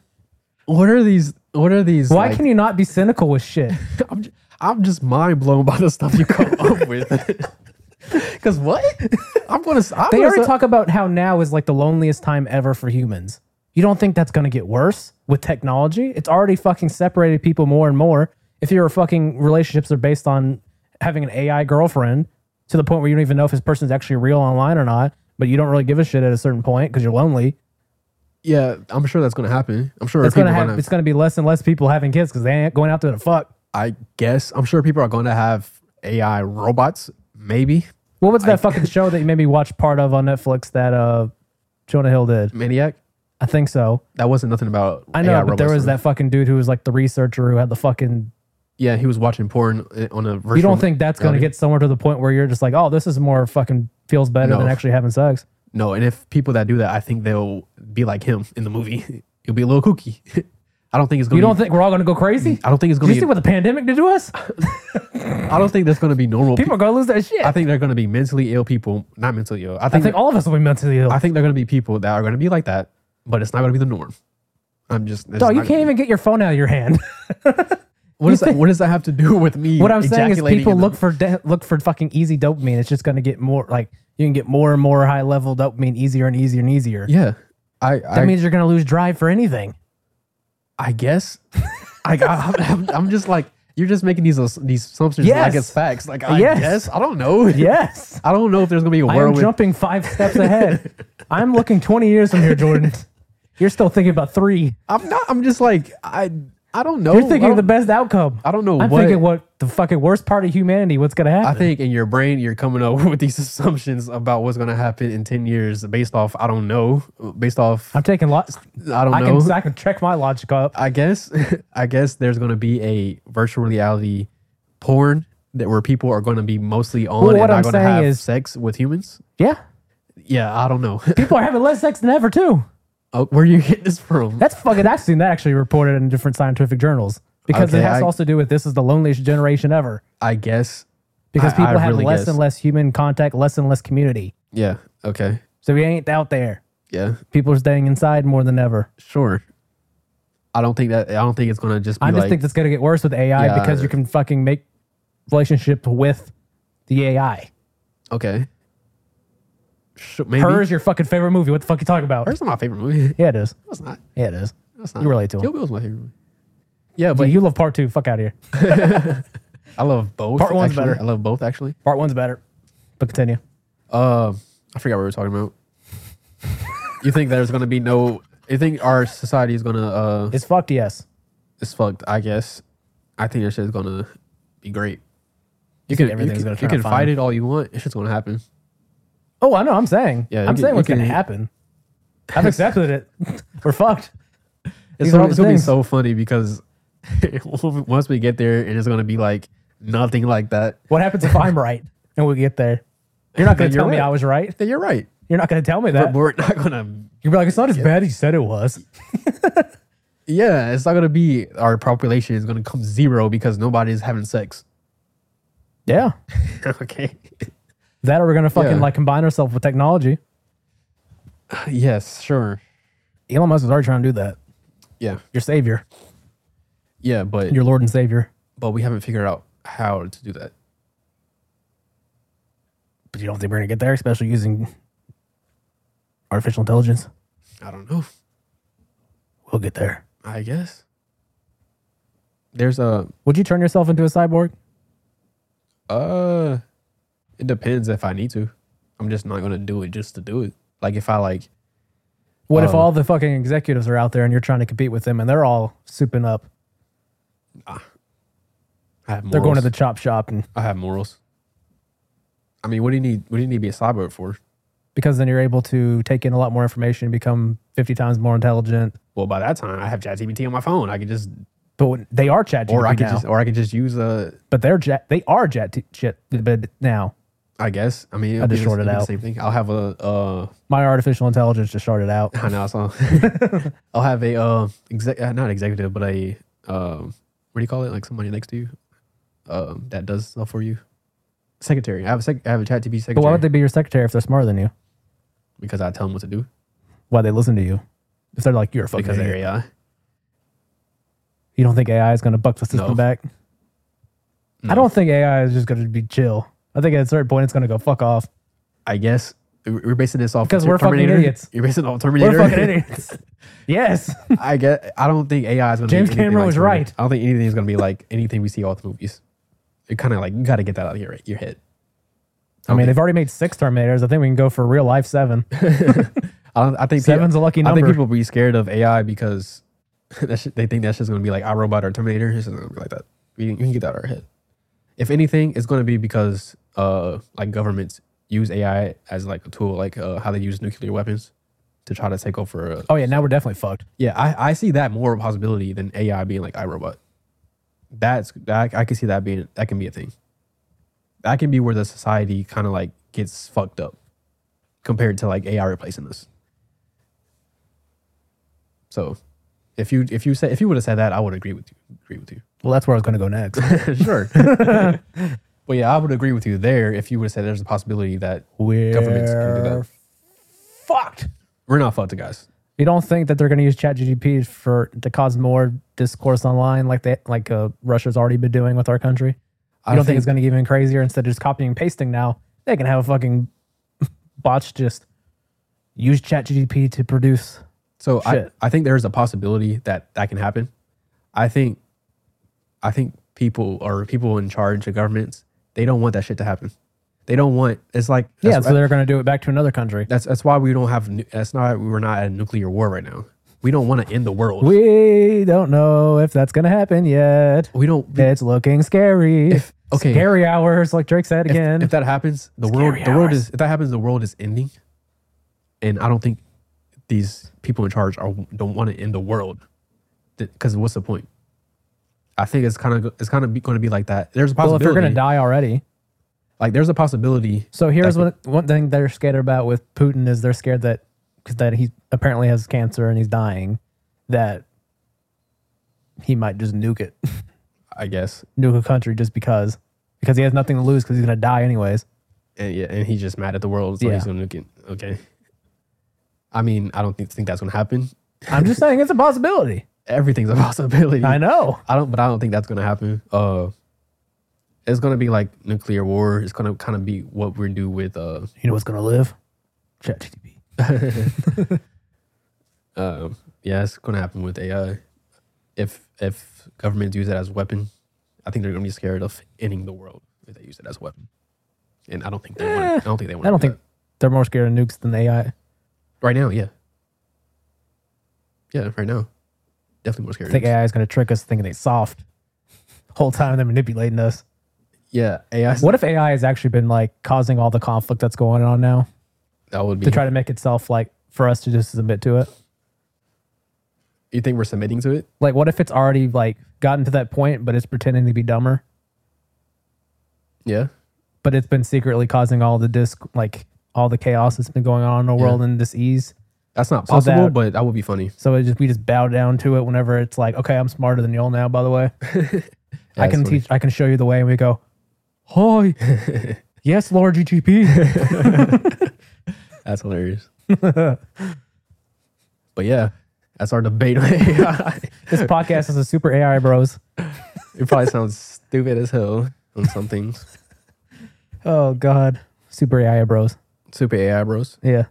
S2: What are these what are these
S1: Why
S2: like-
S1: can you not be cynical with shit?
S2: I'm just, I'm just mind blown by the stuff you come up with. Cuz what? I'm going to
S1: They already talk about how now is like the loneliest time ever for humans. You don't think that's going to get worse with technology? It's already fucking separated people more and more. If your fucking relationships are based on having an AI girlfriend to the point where you don't even know if this person's actually real online or not, but you don't really give a shit at a certain point because you're lonely.
S2: Yeah, I'm sure that's going to happen. I'm sure
S1: It's gonna
S2: people
S1: have
S2: wanna-
S1: it's gonna be less and less people having kids because they ain't going out there to fuck.
S2: I guess I'm sure people are going to have AI robots. Maybe
S1: What was that fucking show that you made me watch part of on Netflix that uh Jonah Hill did?
S2: Maniac.
S1: I think so.
S2: That wasn't nothing about.
S1: I know,
S2: AI
S1: but
S2: robots.
S1: there was that fucking dude who was like the researcher who had the fucking
S2: Yeah, he was watching porn uh, on a. Virtual
S1: You don't think that's going to
S2: reality.
S1: get somewhere to the point where you're just like, oh, this is more fucking feels better
S2: No.
S1: than actually having sex.
S2: No, and if people that do that, I think they'll be like him in the movie. He'll be a little kooky. I don't think it's gonna.
S1: You
S2: be,
S1: don't think we're all going to go crazy?
S2: I don't think it's
S1: Did
S2: gonna.
S1: you
S2: Be,
S1: see what the pandemic did to us?
S2: I don't think that's gonna be normal.
S1: People are going to lose their shit.
S2: I think they're gonna be mentally ill people, not mentally ill. I
S1: I
S2: think.
S1: think all of us will be mentally ill.
S2: I think they're gonna be people that are gonna be like that, but it's not gonna be the norm. I'm just. it's
S1: Dog,
S2: not
S1: you
S2: gonna
S1: can't
S2: be-
S1: even get your phone out of your hand.
S2: What does that? What does that have to do with me?
S1: what I'm saying is,
S2: ejaculating
S1: people
S2: in the-
S1: look for de- look for fucking easy dopamine. It's just going to get more like you can get more and more high level dopamine, easier and easier and easier.
S2: Yeah, I.
S1: That
S2: I,
S1: means you're going to lose drive for anything.
S2: I guess. I, I, I'm, I'm just like you're just making these ass- these assumptions like
S1: Yes.
S2: it's facts. Like I
S1: Yes.
S2: guess I don't know.
S1: Yes.
S2: I don't know if there's gonna be a
S1: I am
S2: whirlwind.
S1: jumping five steps ahead. I'm looking 20 years from here, Jordan. You're still thinking about three.
S2: I'm not. I'm just like I. I don't know.
S1: You're thinking
S2: I
S1: of the
S2: don't,
S1: best outcome.
S2: I don't know
S1: I'm
S2: what.
S1: thinking what the fucking worst part of humanity. What's gonna
S2: I
S1: happen?
S2: think in your brain you're coming up with these assumptions about what's gonna happen in ten years based off I don't know, based off
S1: I'm taking lots.
S2: I don't
S1: I
S2: know.
S1: can I can check my logic up.
S2: I guess I guess there's gonna be a virtual reality porn that where people are gonna be mostly on
S1: Well,
S2: and
S1: what
S2: not
S1: I'm
S2: gonna
S1: saying
S2: have
S1: is-
S2: sex with humans.
S1: Yeah,
S2: Yeah, I don't know.
S1: people are having less sex than ever too.
S2: oh, where you get this from?
S1: That's fucking. I've seen that actually reported in different scientific journals because it
S2: Okay,
S1: has
S2: I-
S1: to also do with this is the loneliest generation ever
S2: I guess.
S1: because
S2: I-
S1: people
S2: I
S1: have
S2: really
S1: less
S2: guess.
S1: and less human contact, less and less community.
S2: Yeah. Okay.
S1: So we ain't out there.
S2: Yeah.
S1: People are staying inside more than ever.
S2: Sure. I don't think that. I don't think it's gonna just be
S1: I just
S2: like.
S1: think that's gonna get worse with AI
S2: Yeah.
S1: because you can fucking make relationship with the AI.
S2: okay. Sure, maybe.
S1: Her is your fucking favorite movie. What the fuck you talking about?
S2: Hers is my favorite movie.
S1: Yeah, it is.
S2: That's not.
S1: Yeah, it is.
S2: That's not.
S1: You relate to him.
S2: Kill Bill's my favorite movie. Yeah, but
S1: But you love part two. Fuck out of here.
S2: I love both.
S1: Part one's
S2: actually.
S1: better.
S2: I love both actually.
S1: Part one's better. But continue.
S2: Um, I forgot what we were talking about. you think there's gonna be no? You think our society is gonna uh
S1: It's fucked, yes.
S2: is fucked? I guess. I think that shit's gonna be great. You
S1: You
S2: can
S1: think everything's
S2: you can,
S1: gonna
S2: you
S1: turn out
S2: can fight
S1: fine?
S2: it all you want. It's just gonna happen.
S1: Oh, I know. I'm saying.
S2: Yeah,
S1: I'm
S2: you
S1: saying
S2: can-
S1: what's
S2: you
S1: going to
S2: can-
S1: happen. I've accepted it. We're fucked.
S2: It's
S1: These are
S2: gonna,
S1: all the
S2: it's gonna be
S1: things.
S2: so funny because once we get there, and it's gonna be like nothing like that.
S1: What happens if I'm right and we get there? You're not going
S2: Then
S1: to
S2: you're
S1: tell me
S2: right.
S1: I was right.
S2: Then you're right.
S1: You're not going to tell me
S2: But
S1: that.
S2: we're not gonna.
S1: You're like, it's not as bad as you said it was.
S2: Yeah, it's not gonna be our population is gonna come zero because nobody's having sex.
S1: Yeah.
S2: okay.
S1: That or we're going to fucking
S2: Yeah.
S1: like combine ourselves with technology.
S2: Yes, sure.
S1: Elon Musk is already trying to do that.
S2: Yeah,
S1: Your savior,
S2: yeah, but
S1: your lord and savior.
S2: but we haven't figured out how to do that.
S1: But you don't think we're going to get there, especially using artificial intelligence?
S2: I don't know.
S1: We'll get there.
S2: I guess there's a
S1: Would you turn yourself into a cyborg?
S2: uh, it depends if I need to. I'm just not gonna do it just to do it. Like if I like
S1: What if
S2: Uh,
S1: all the fucking executives are out there and you're trying to compete with them and they're all souping up?
S2: I have morals.
S1: They're going to the chop shop and
S2: I have morals. I mean, what do you need? What do you need to be a cyborg for?
S1: because then you're able to take in a lot more information and become 50 times more intelligent.
S2: Well, by that time, I have ChatGPT on my phone. I could just,
S1: But when, they are chat GPT
S2: or I could
S1: now.
S2: just, or I could just use a.
S1: but they're jet, they are chat t- shit but now.
S2: I guess. I mean, it'll
S1: just
S2: be the-
S1: short it
S2: it'll be the
S1: out.
S2: Same thing. I'll have a. Uh,
S1: My artificial intelligence just started out.
S2: I know. So I'll have a uh, exec, uh, not executive, but a um, what do you call it? Like somebody next to you, um, that does stuff for you. Secretary. I have a sec. I have a chat to be
S1: But why
S2: secretary
S1: would they be your secretary if they're smarter than you?
S2: because I tell them what to do
S1: Why they listen to you? If they're like, you're a fucking
S2: because they're
S1: idiot.
S2: AI.
S1: You don't think AI is going to buck the system
S2: No.
S1: back? I
S2: No.
S1: don't think AI is just going to be chill. I think at a certain point it's going to go fuck off.
S2: I guess we're basing this off
S1: Because
S2: of
S1: we're fucking
S2: Terminator.
S1: idiots.
S2: You're basing it off Terminator.
S1: We're fucking idiots. yes.
S2: I get. I don't think AI is going to.
S1: James
S2: be anything
S1: Cameron
S2: like
S1: was
S2: Terminator.
S1: right.
S2: I don't think anything is going to be like anything we see all the movies. It kind of like you got to get that out of your your head.
S1: I mean, they've already made six Terminators. I think we can go for real life seven.
S2: I, don't, I think pe-
S1: Seven's a lucky
S2: I
S1: number.
S2: think people be scared of AI because that shit, they think that's just going to be like iRobot or Terminator. It's not going to be like that. We can, we can get that out of our head. If anything, it's going to be because uh like governments use AI as like a tool, like uh, how they use nuclear weapons to try to take over. Uh,
S1: oh yeah, now we're definitely fucked.
S2: yeah, I, I see that more of a possibility than AI being like iRobot. That's that, I can see that being that can be a thing. That can be where the society kind of like gets fucked up compared to like AI replacing us. So, if you if you say if you would have said that, I would agree with you. Agree with you.
S1: Well, that's where I was going to go next.
S2: sure. but yeah, I would agree with you there if you would have said there's a possibility that governments can do
S1: We're
S2: that.
S1: fucked.
S2: We're not fucked, guys.
S1: You don't think that they're going to use ChatGPT for to cause more discourse online, like they like uh, Russia's already been doing with our country? You
S2: I
S1: don't think, it's
S2: think-
S1: going to get even crazier? Instead of just copying and pasting, now they can have a fucking botch just use ChatGPT to produce.
S2: So I,
S1: Shit.
S2: I think there is a possibility that that can happen. I think, I think people or people in charge of governments they don't want that shit to happen. They don't want. It's like
S1: Yeah,
S2: that's,
S1: so they're going to do it back to another country.
S2: that's that's why we don't have. nu- That's not we're not at a nuclear war right now we don't want to end the world. We,
S1: We don't know if that's gonna happen yet.
S2: don't. we-
S1: It's looking scary.
S2: If- okay.
S1: Scary hours, like Drake said
S2: if,
S1: again.
S2: if that happens, the world
S1: Scary
S2: the world
S1: hours.
S2: is if that happens, the world is ending. And I don't think these people in charge are don't want to end the world. Because what's the point? I think it's kind of it's kind of going to be like that. There's a
S1: well, if
S2: possibility.
S1: you're gonna die already.
S2: like there's a possibility.
S1: So here's
S2: That's
S1: what one thing they're scared about with Putin is they're scared that because that he apparently has cancer and he's dying, that he might just nuke it,
S2: I guess.
S1: nuke a country just because, because he has nothing to lose because he's gonna die anyways.
S2: And yeah, and he's just mad at the world, so
S1: Yeah.
S2: he's going to get okay. I mean, I don't think, think that's going to happen.
S1: I'm just saying it's a possibility.
S2: Everything's a possibility.
S1: I know.
S2: I don't, but I don't think that's gonna happen. Uh, it's gonna be like nuclear war. It's gonna kind of be what we do with uh,
S1: You know what's gonna live? ChatGPT.
S2: um, yeah, it's gonna happen with AI. If if governments use it as a weapon, I think they're gonna be scared of ending the world if they use it as a weapon. And I don't think they want. I don't think they want.
S1: Eh, I don't think they're more scared of nukes than AI.
S2: right now. Yeah, yeah, right now, definitely more
S1: I
S2: scared.
S1: think AI is gonna trick us thinking they soft. Whole time they're manipulating us.
S2: yeah, AI. 's-
S1: What if AI has actually been like causing all the conflict that's going on now?
S2: that would be?
S1: to try to make itself like for us to just submit to it.
S2: you think we're submitting to it?
S1: Like, what if it's already like gotten to that point, but it's pretending to be dumber,
S2: Yeah.
S1: but it's been secretly causing all the disc like all the chaos that's been going on in the world and this ease.
S2: That's not
S1: So that-
S2: possible, but that would be funny.
S1: So it just we just bow down to it whenever it's like, okay, I'm smarter than you all now. By the way, I
S2: that's
S1: can
S2: funny.
S1: teach, I can show you the way, and we go, hi, yes, Lord GTP.
S2: That's hilarious. but yeah, that's our debate on AI.
S1: this podcast is a super AI bros.
S2: it probably sounds stupid as hell on some things.
S1: Oh God, super AI bros.
S2: Super AI bros.
S1: Yeah,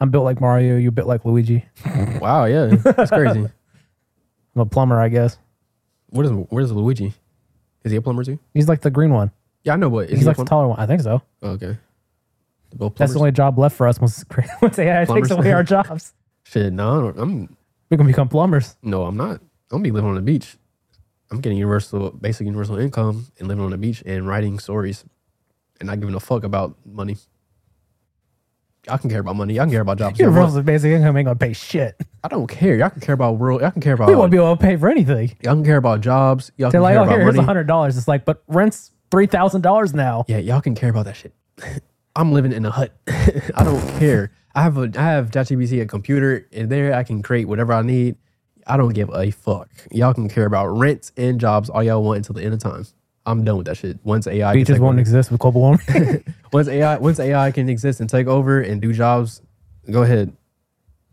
S1: I'm built like Mario. You built like Luigi.
S2: Wow, yeah, that's crazy.
S1: I'm a plumber, I guess.
S2: What is where's Luigi? Is he a plumber too?
S1: He's like the green one.
S2: Yeah, I know, but is
S1: He's
S2: he a
S1: like the
S2: plumber?
S1: taller one. I think so.
S2: Oh, okay. They're both
S1: That's
S2: plumbers.
S1: the only job left for us once, once AI
S2: Plumbers.
S1: takes away our jobs.
S2: Shit, no, I don't- I'm
S1: We can become plumbers.
S2: no, I'm not. I'm gonna be living on the beach. I'm getting universal, basic universal income, and living on the beach and writing stories, and not giving a fuck about money. I can care about money. I can care about jobs.
S1: Your
S2: I want.
S1: rules of basic income ain't gonna pay shit.
S2: I don't care. Y'all can care about world. Y'all can care about.
S1: We won't be able to pay for anything.
S2: y'all can care about jobs. Y'all
S1: They're
S2: can
S1: like,
S2: care
S1: oh,
S2: about
S1: here, here's
S2: money.
S1: hundred dollars. It's like, but rent's three thousand dollars now.
S2: Yeah, y'all can care about that shit. I'm living in a hut. I don't care. I have a I have ChatGPT, a computer, and there I can create whatever I need. I don't give a fuck. Y'all can care about rents and jobs all y'all want until the end of time. I'm done with that shit. Once AI can
S1: Beaches
S2: take
S1: won't
S2: over,
S1: exist with global warming.
S2: once AI once AI can exist and take over and do jobs, go ahead.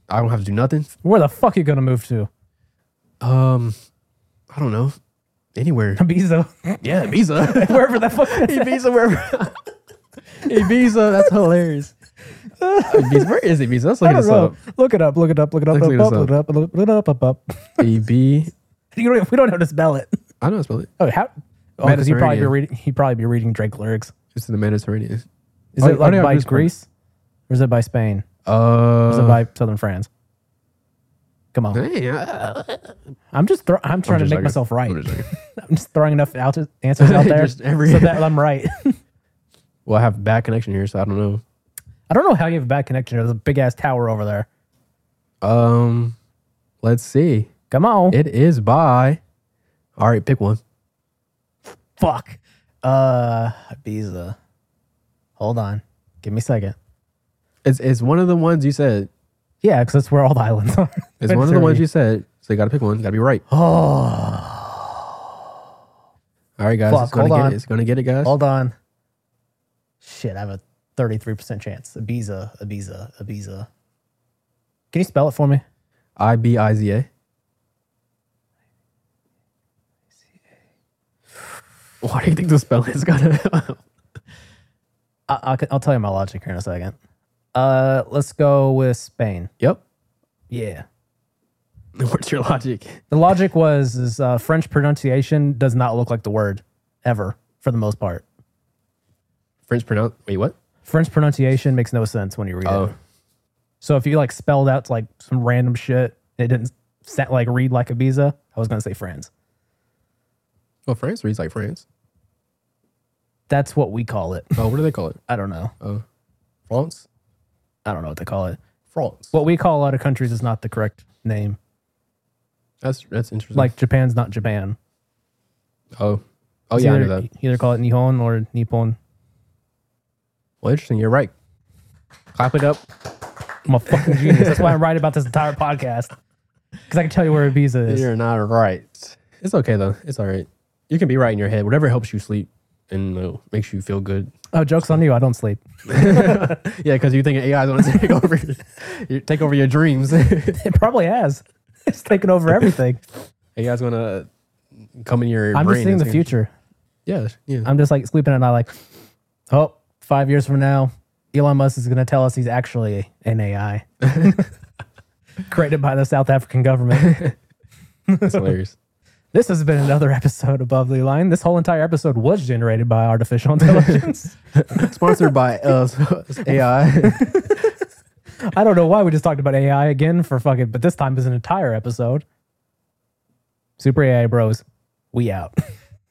S2: I don't have to do nothing.
S1: Where the fuck you gonna move to?
S2: Um, I don't know. Anywhere.
S1: Ibiza,
S2: Yeah, Visa.
S1: wherever the fuck. that's at.
S2: Ibiza, where? Ibiza, that's hilarious. Ibiza, where is Ibiza? Let's look
S1: I
S2: at
S1: don't
S2: this
S1: know.
S2: up.
S1: Look it up. Look it up. Look it up.
S2: Let's
S1: Look it up. Look
S2: look
S1: it up. Look it
S2: this
S1: up. Up. Up.
S2: Ib,
S1: You don't, we don't have to spell it.
S2: I don't know how to spell it.
S1: Oh, how? Oh, 'cause he'd probably be
S2: Mediterranean.
S1: reading. He'd probably be reading Drake lyrics.
S2: It's in the Mediterranean.
S1: Is
S2: Oh,
S1: it
S2: oh,
S1: like
S2: yeah,
S1: by
S2: Lisbon.
S1: Greece, or is it by Spain?
S2: Uh,
S1: So by southern France. Come on.
S2: dang, uh,
S1: I'm just throw I'm trying
S2: just
S1: to make
S2: joking.
S1: myself right.
S2: I'm just joking.
S1: I'm just throwing enough out- answers out there
S2: Just every-
S1: so that I'm right.
S2: well, I have bad connection here, so I don't know.
S1: I don't know how you have a bad connection. There's a big ass tower over there.
S2: Um, let's see.
S1: Come on.
S2: It is by. All right, pick one.
S1: Fuck. Uh Ibiza. Hold on. Give me a second.
S2: It's it's one of the ones you said.
S1: Yeah, because that's where all the islands are.
S2: It's one of the ones you said. So you got to pick one. Got to be right. Oh. All right, guys.
S1: Fuck,
S2: it's gonna
S1: hold
S2: get
S1: on.
S2: it. It's gonna get it, guys.
S1: Hold on. Shit, I have a 33% chance. Ibiza, Ibiza, Ibiza. Can you spell it for me?
S2: I B I Z A. Why do you think the spell is gonna?
S1: I, I'll, I'll tell you my logic here in a second. Uh, let's go with Spain.
S2: yep.
S1: Yeah.
S2: What's your logic?
S1: The logic was is uh, French pronunciation does not look like the word ever for the most part.
S2: French pronounce. Wait, what?
S1: French pronunciation makes no sense when you read it.
S2: Oh,
S1: So if you like spelled out like some random shit, It didn't sound like read like Ibiza. I was gonna say friends.
S2: Well, Oh, France reads like France.
S1: That's what we call it.
S2: Oh, what do they call it?
S1: I don't know.
S2: Oh, France,
S1: I don't know what they call it.
S2: France.
S1: What we call a lot of countries is not the correct name.
S2: that's that's interesting.
S1: Like Japan's not Japan.
S2: oh, oh yeah, I
S1: either,
S2: know that.
S1: either call it Nihon or Nippon.
S2: Well, interesting. You're right. Clap it up.
S1: I'm a fucking genius. That's why I'm right about this entire podcast. Because I can tell you where Ibiza is.
S2: You're not right. It's okay though. It's all right. You can be right in your head. Whatever helps you sleep and uh, makes you feel good.
S1: Oh, joke's on you. I don't sleep.
S2: Yeah, because you think AI is going to take over, your, you- take over your dreams. AI
S1: It probably has. It's taken over everything.
S2: is going to come in your.
S1: I'm
S2: brain
S1: just seeing
S2: and
S1: the
S2: it's
S1: future.
S2: gonna- Yeah, yeah.
S1: I'm just like sleeping and I like, oh, five years from now, Elon Musk is going to tell us he's actually an AI created by the South African government.
S2: That's hilarious.
S1: This has been another episode of Above the Line. This whole entire episode was generated by artificial intelligence.
S2: Sponsored by uh, AI.
S1: I don't know why we just talked about AI again for fucking, but this time is an entire episode. Super AI Bros, we out.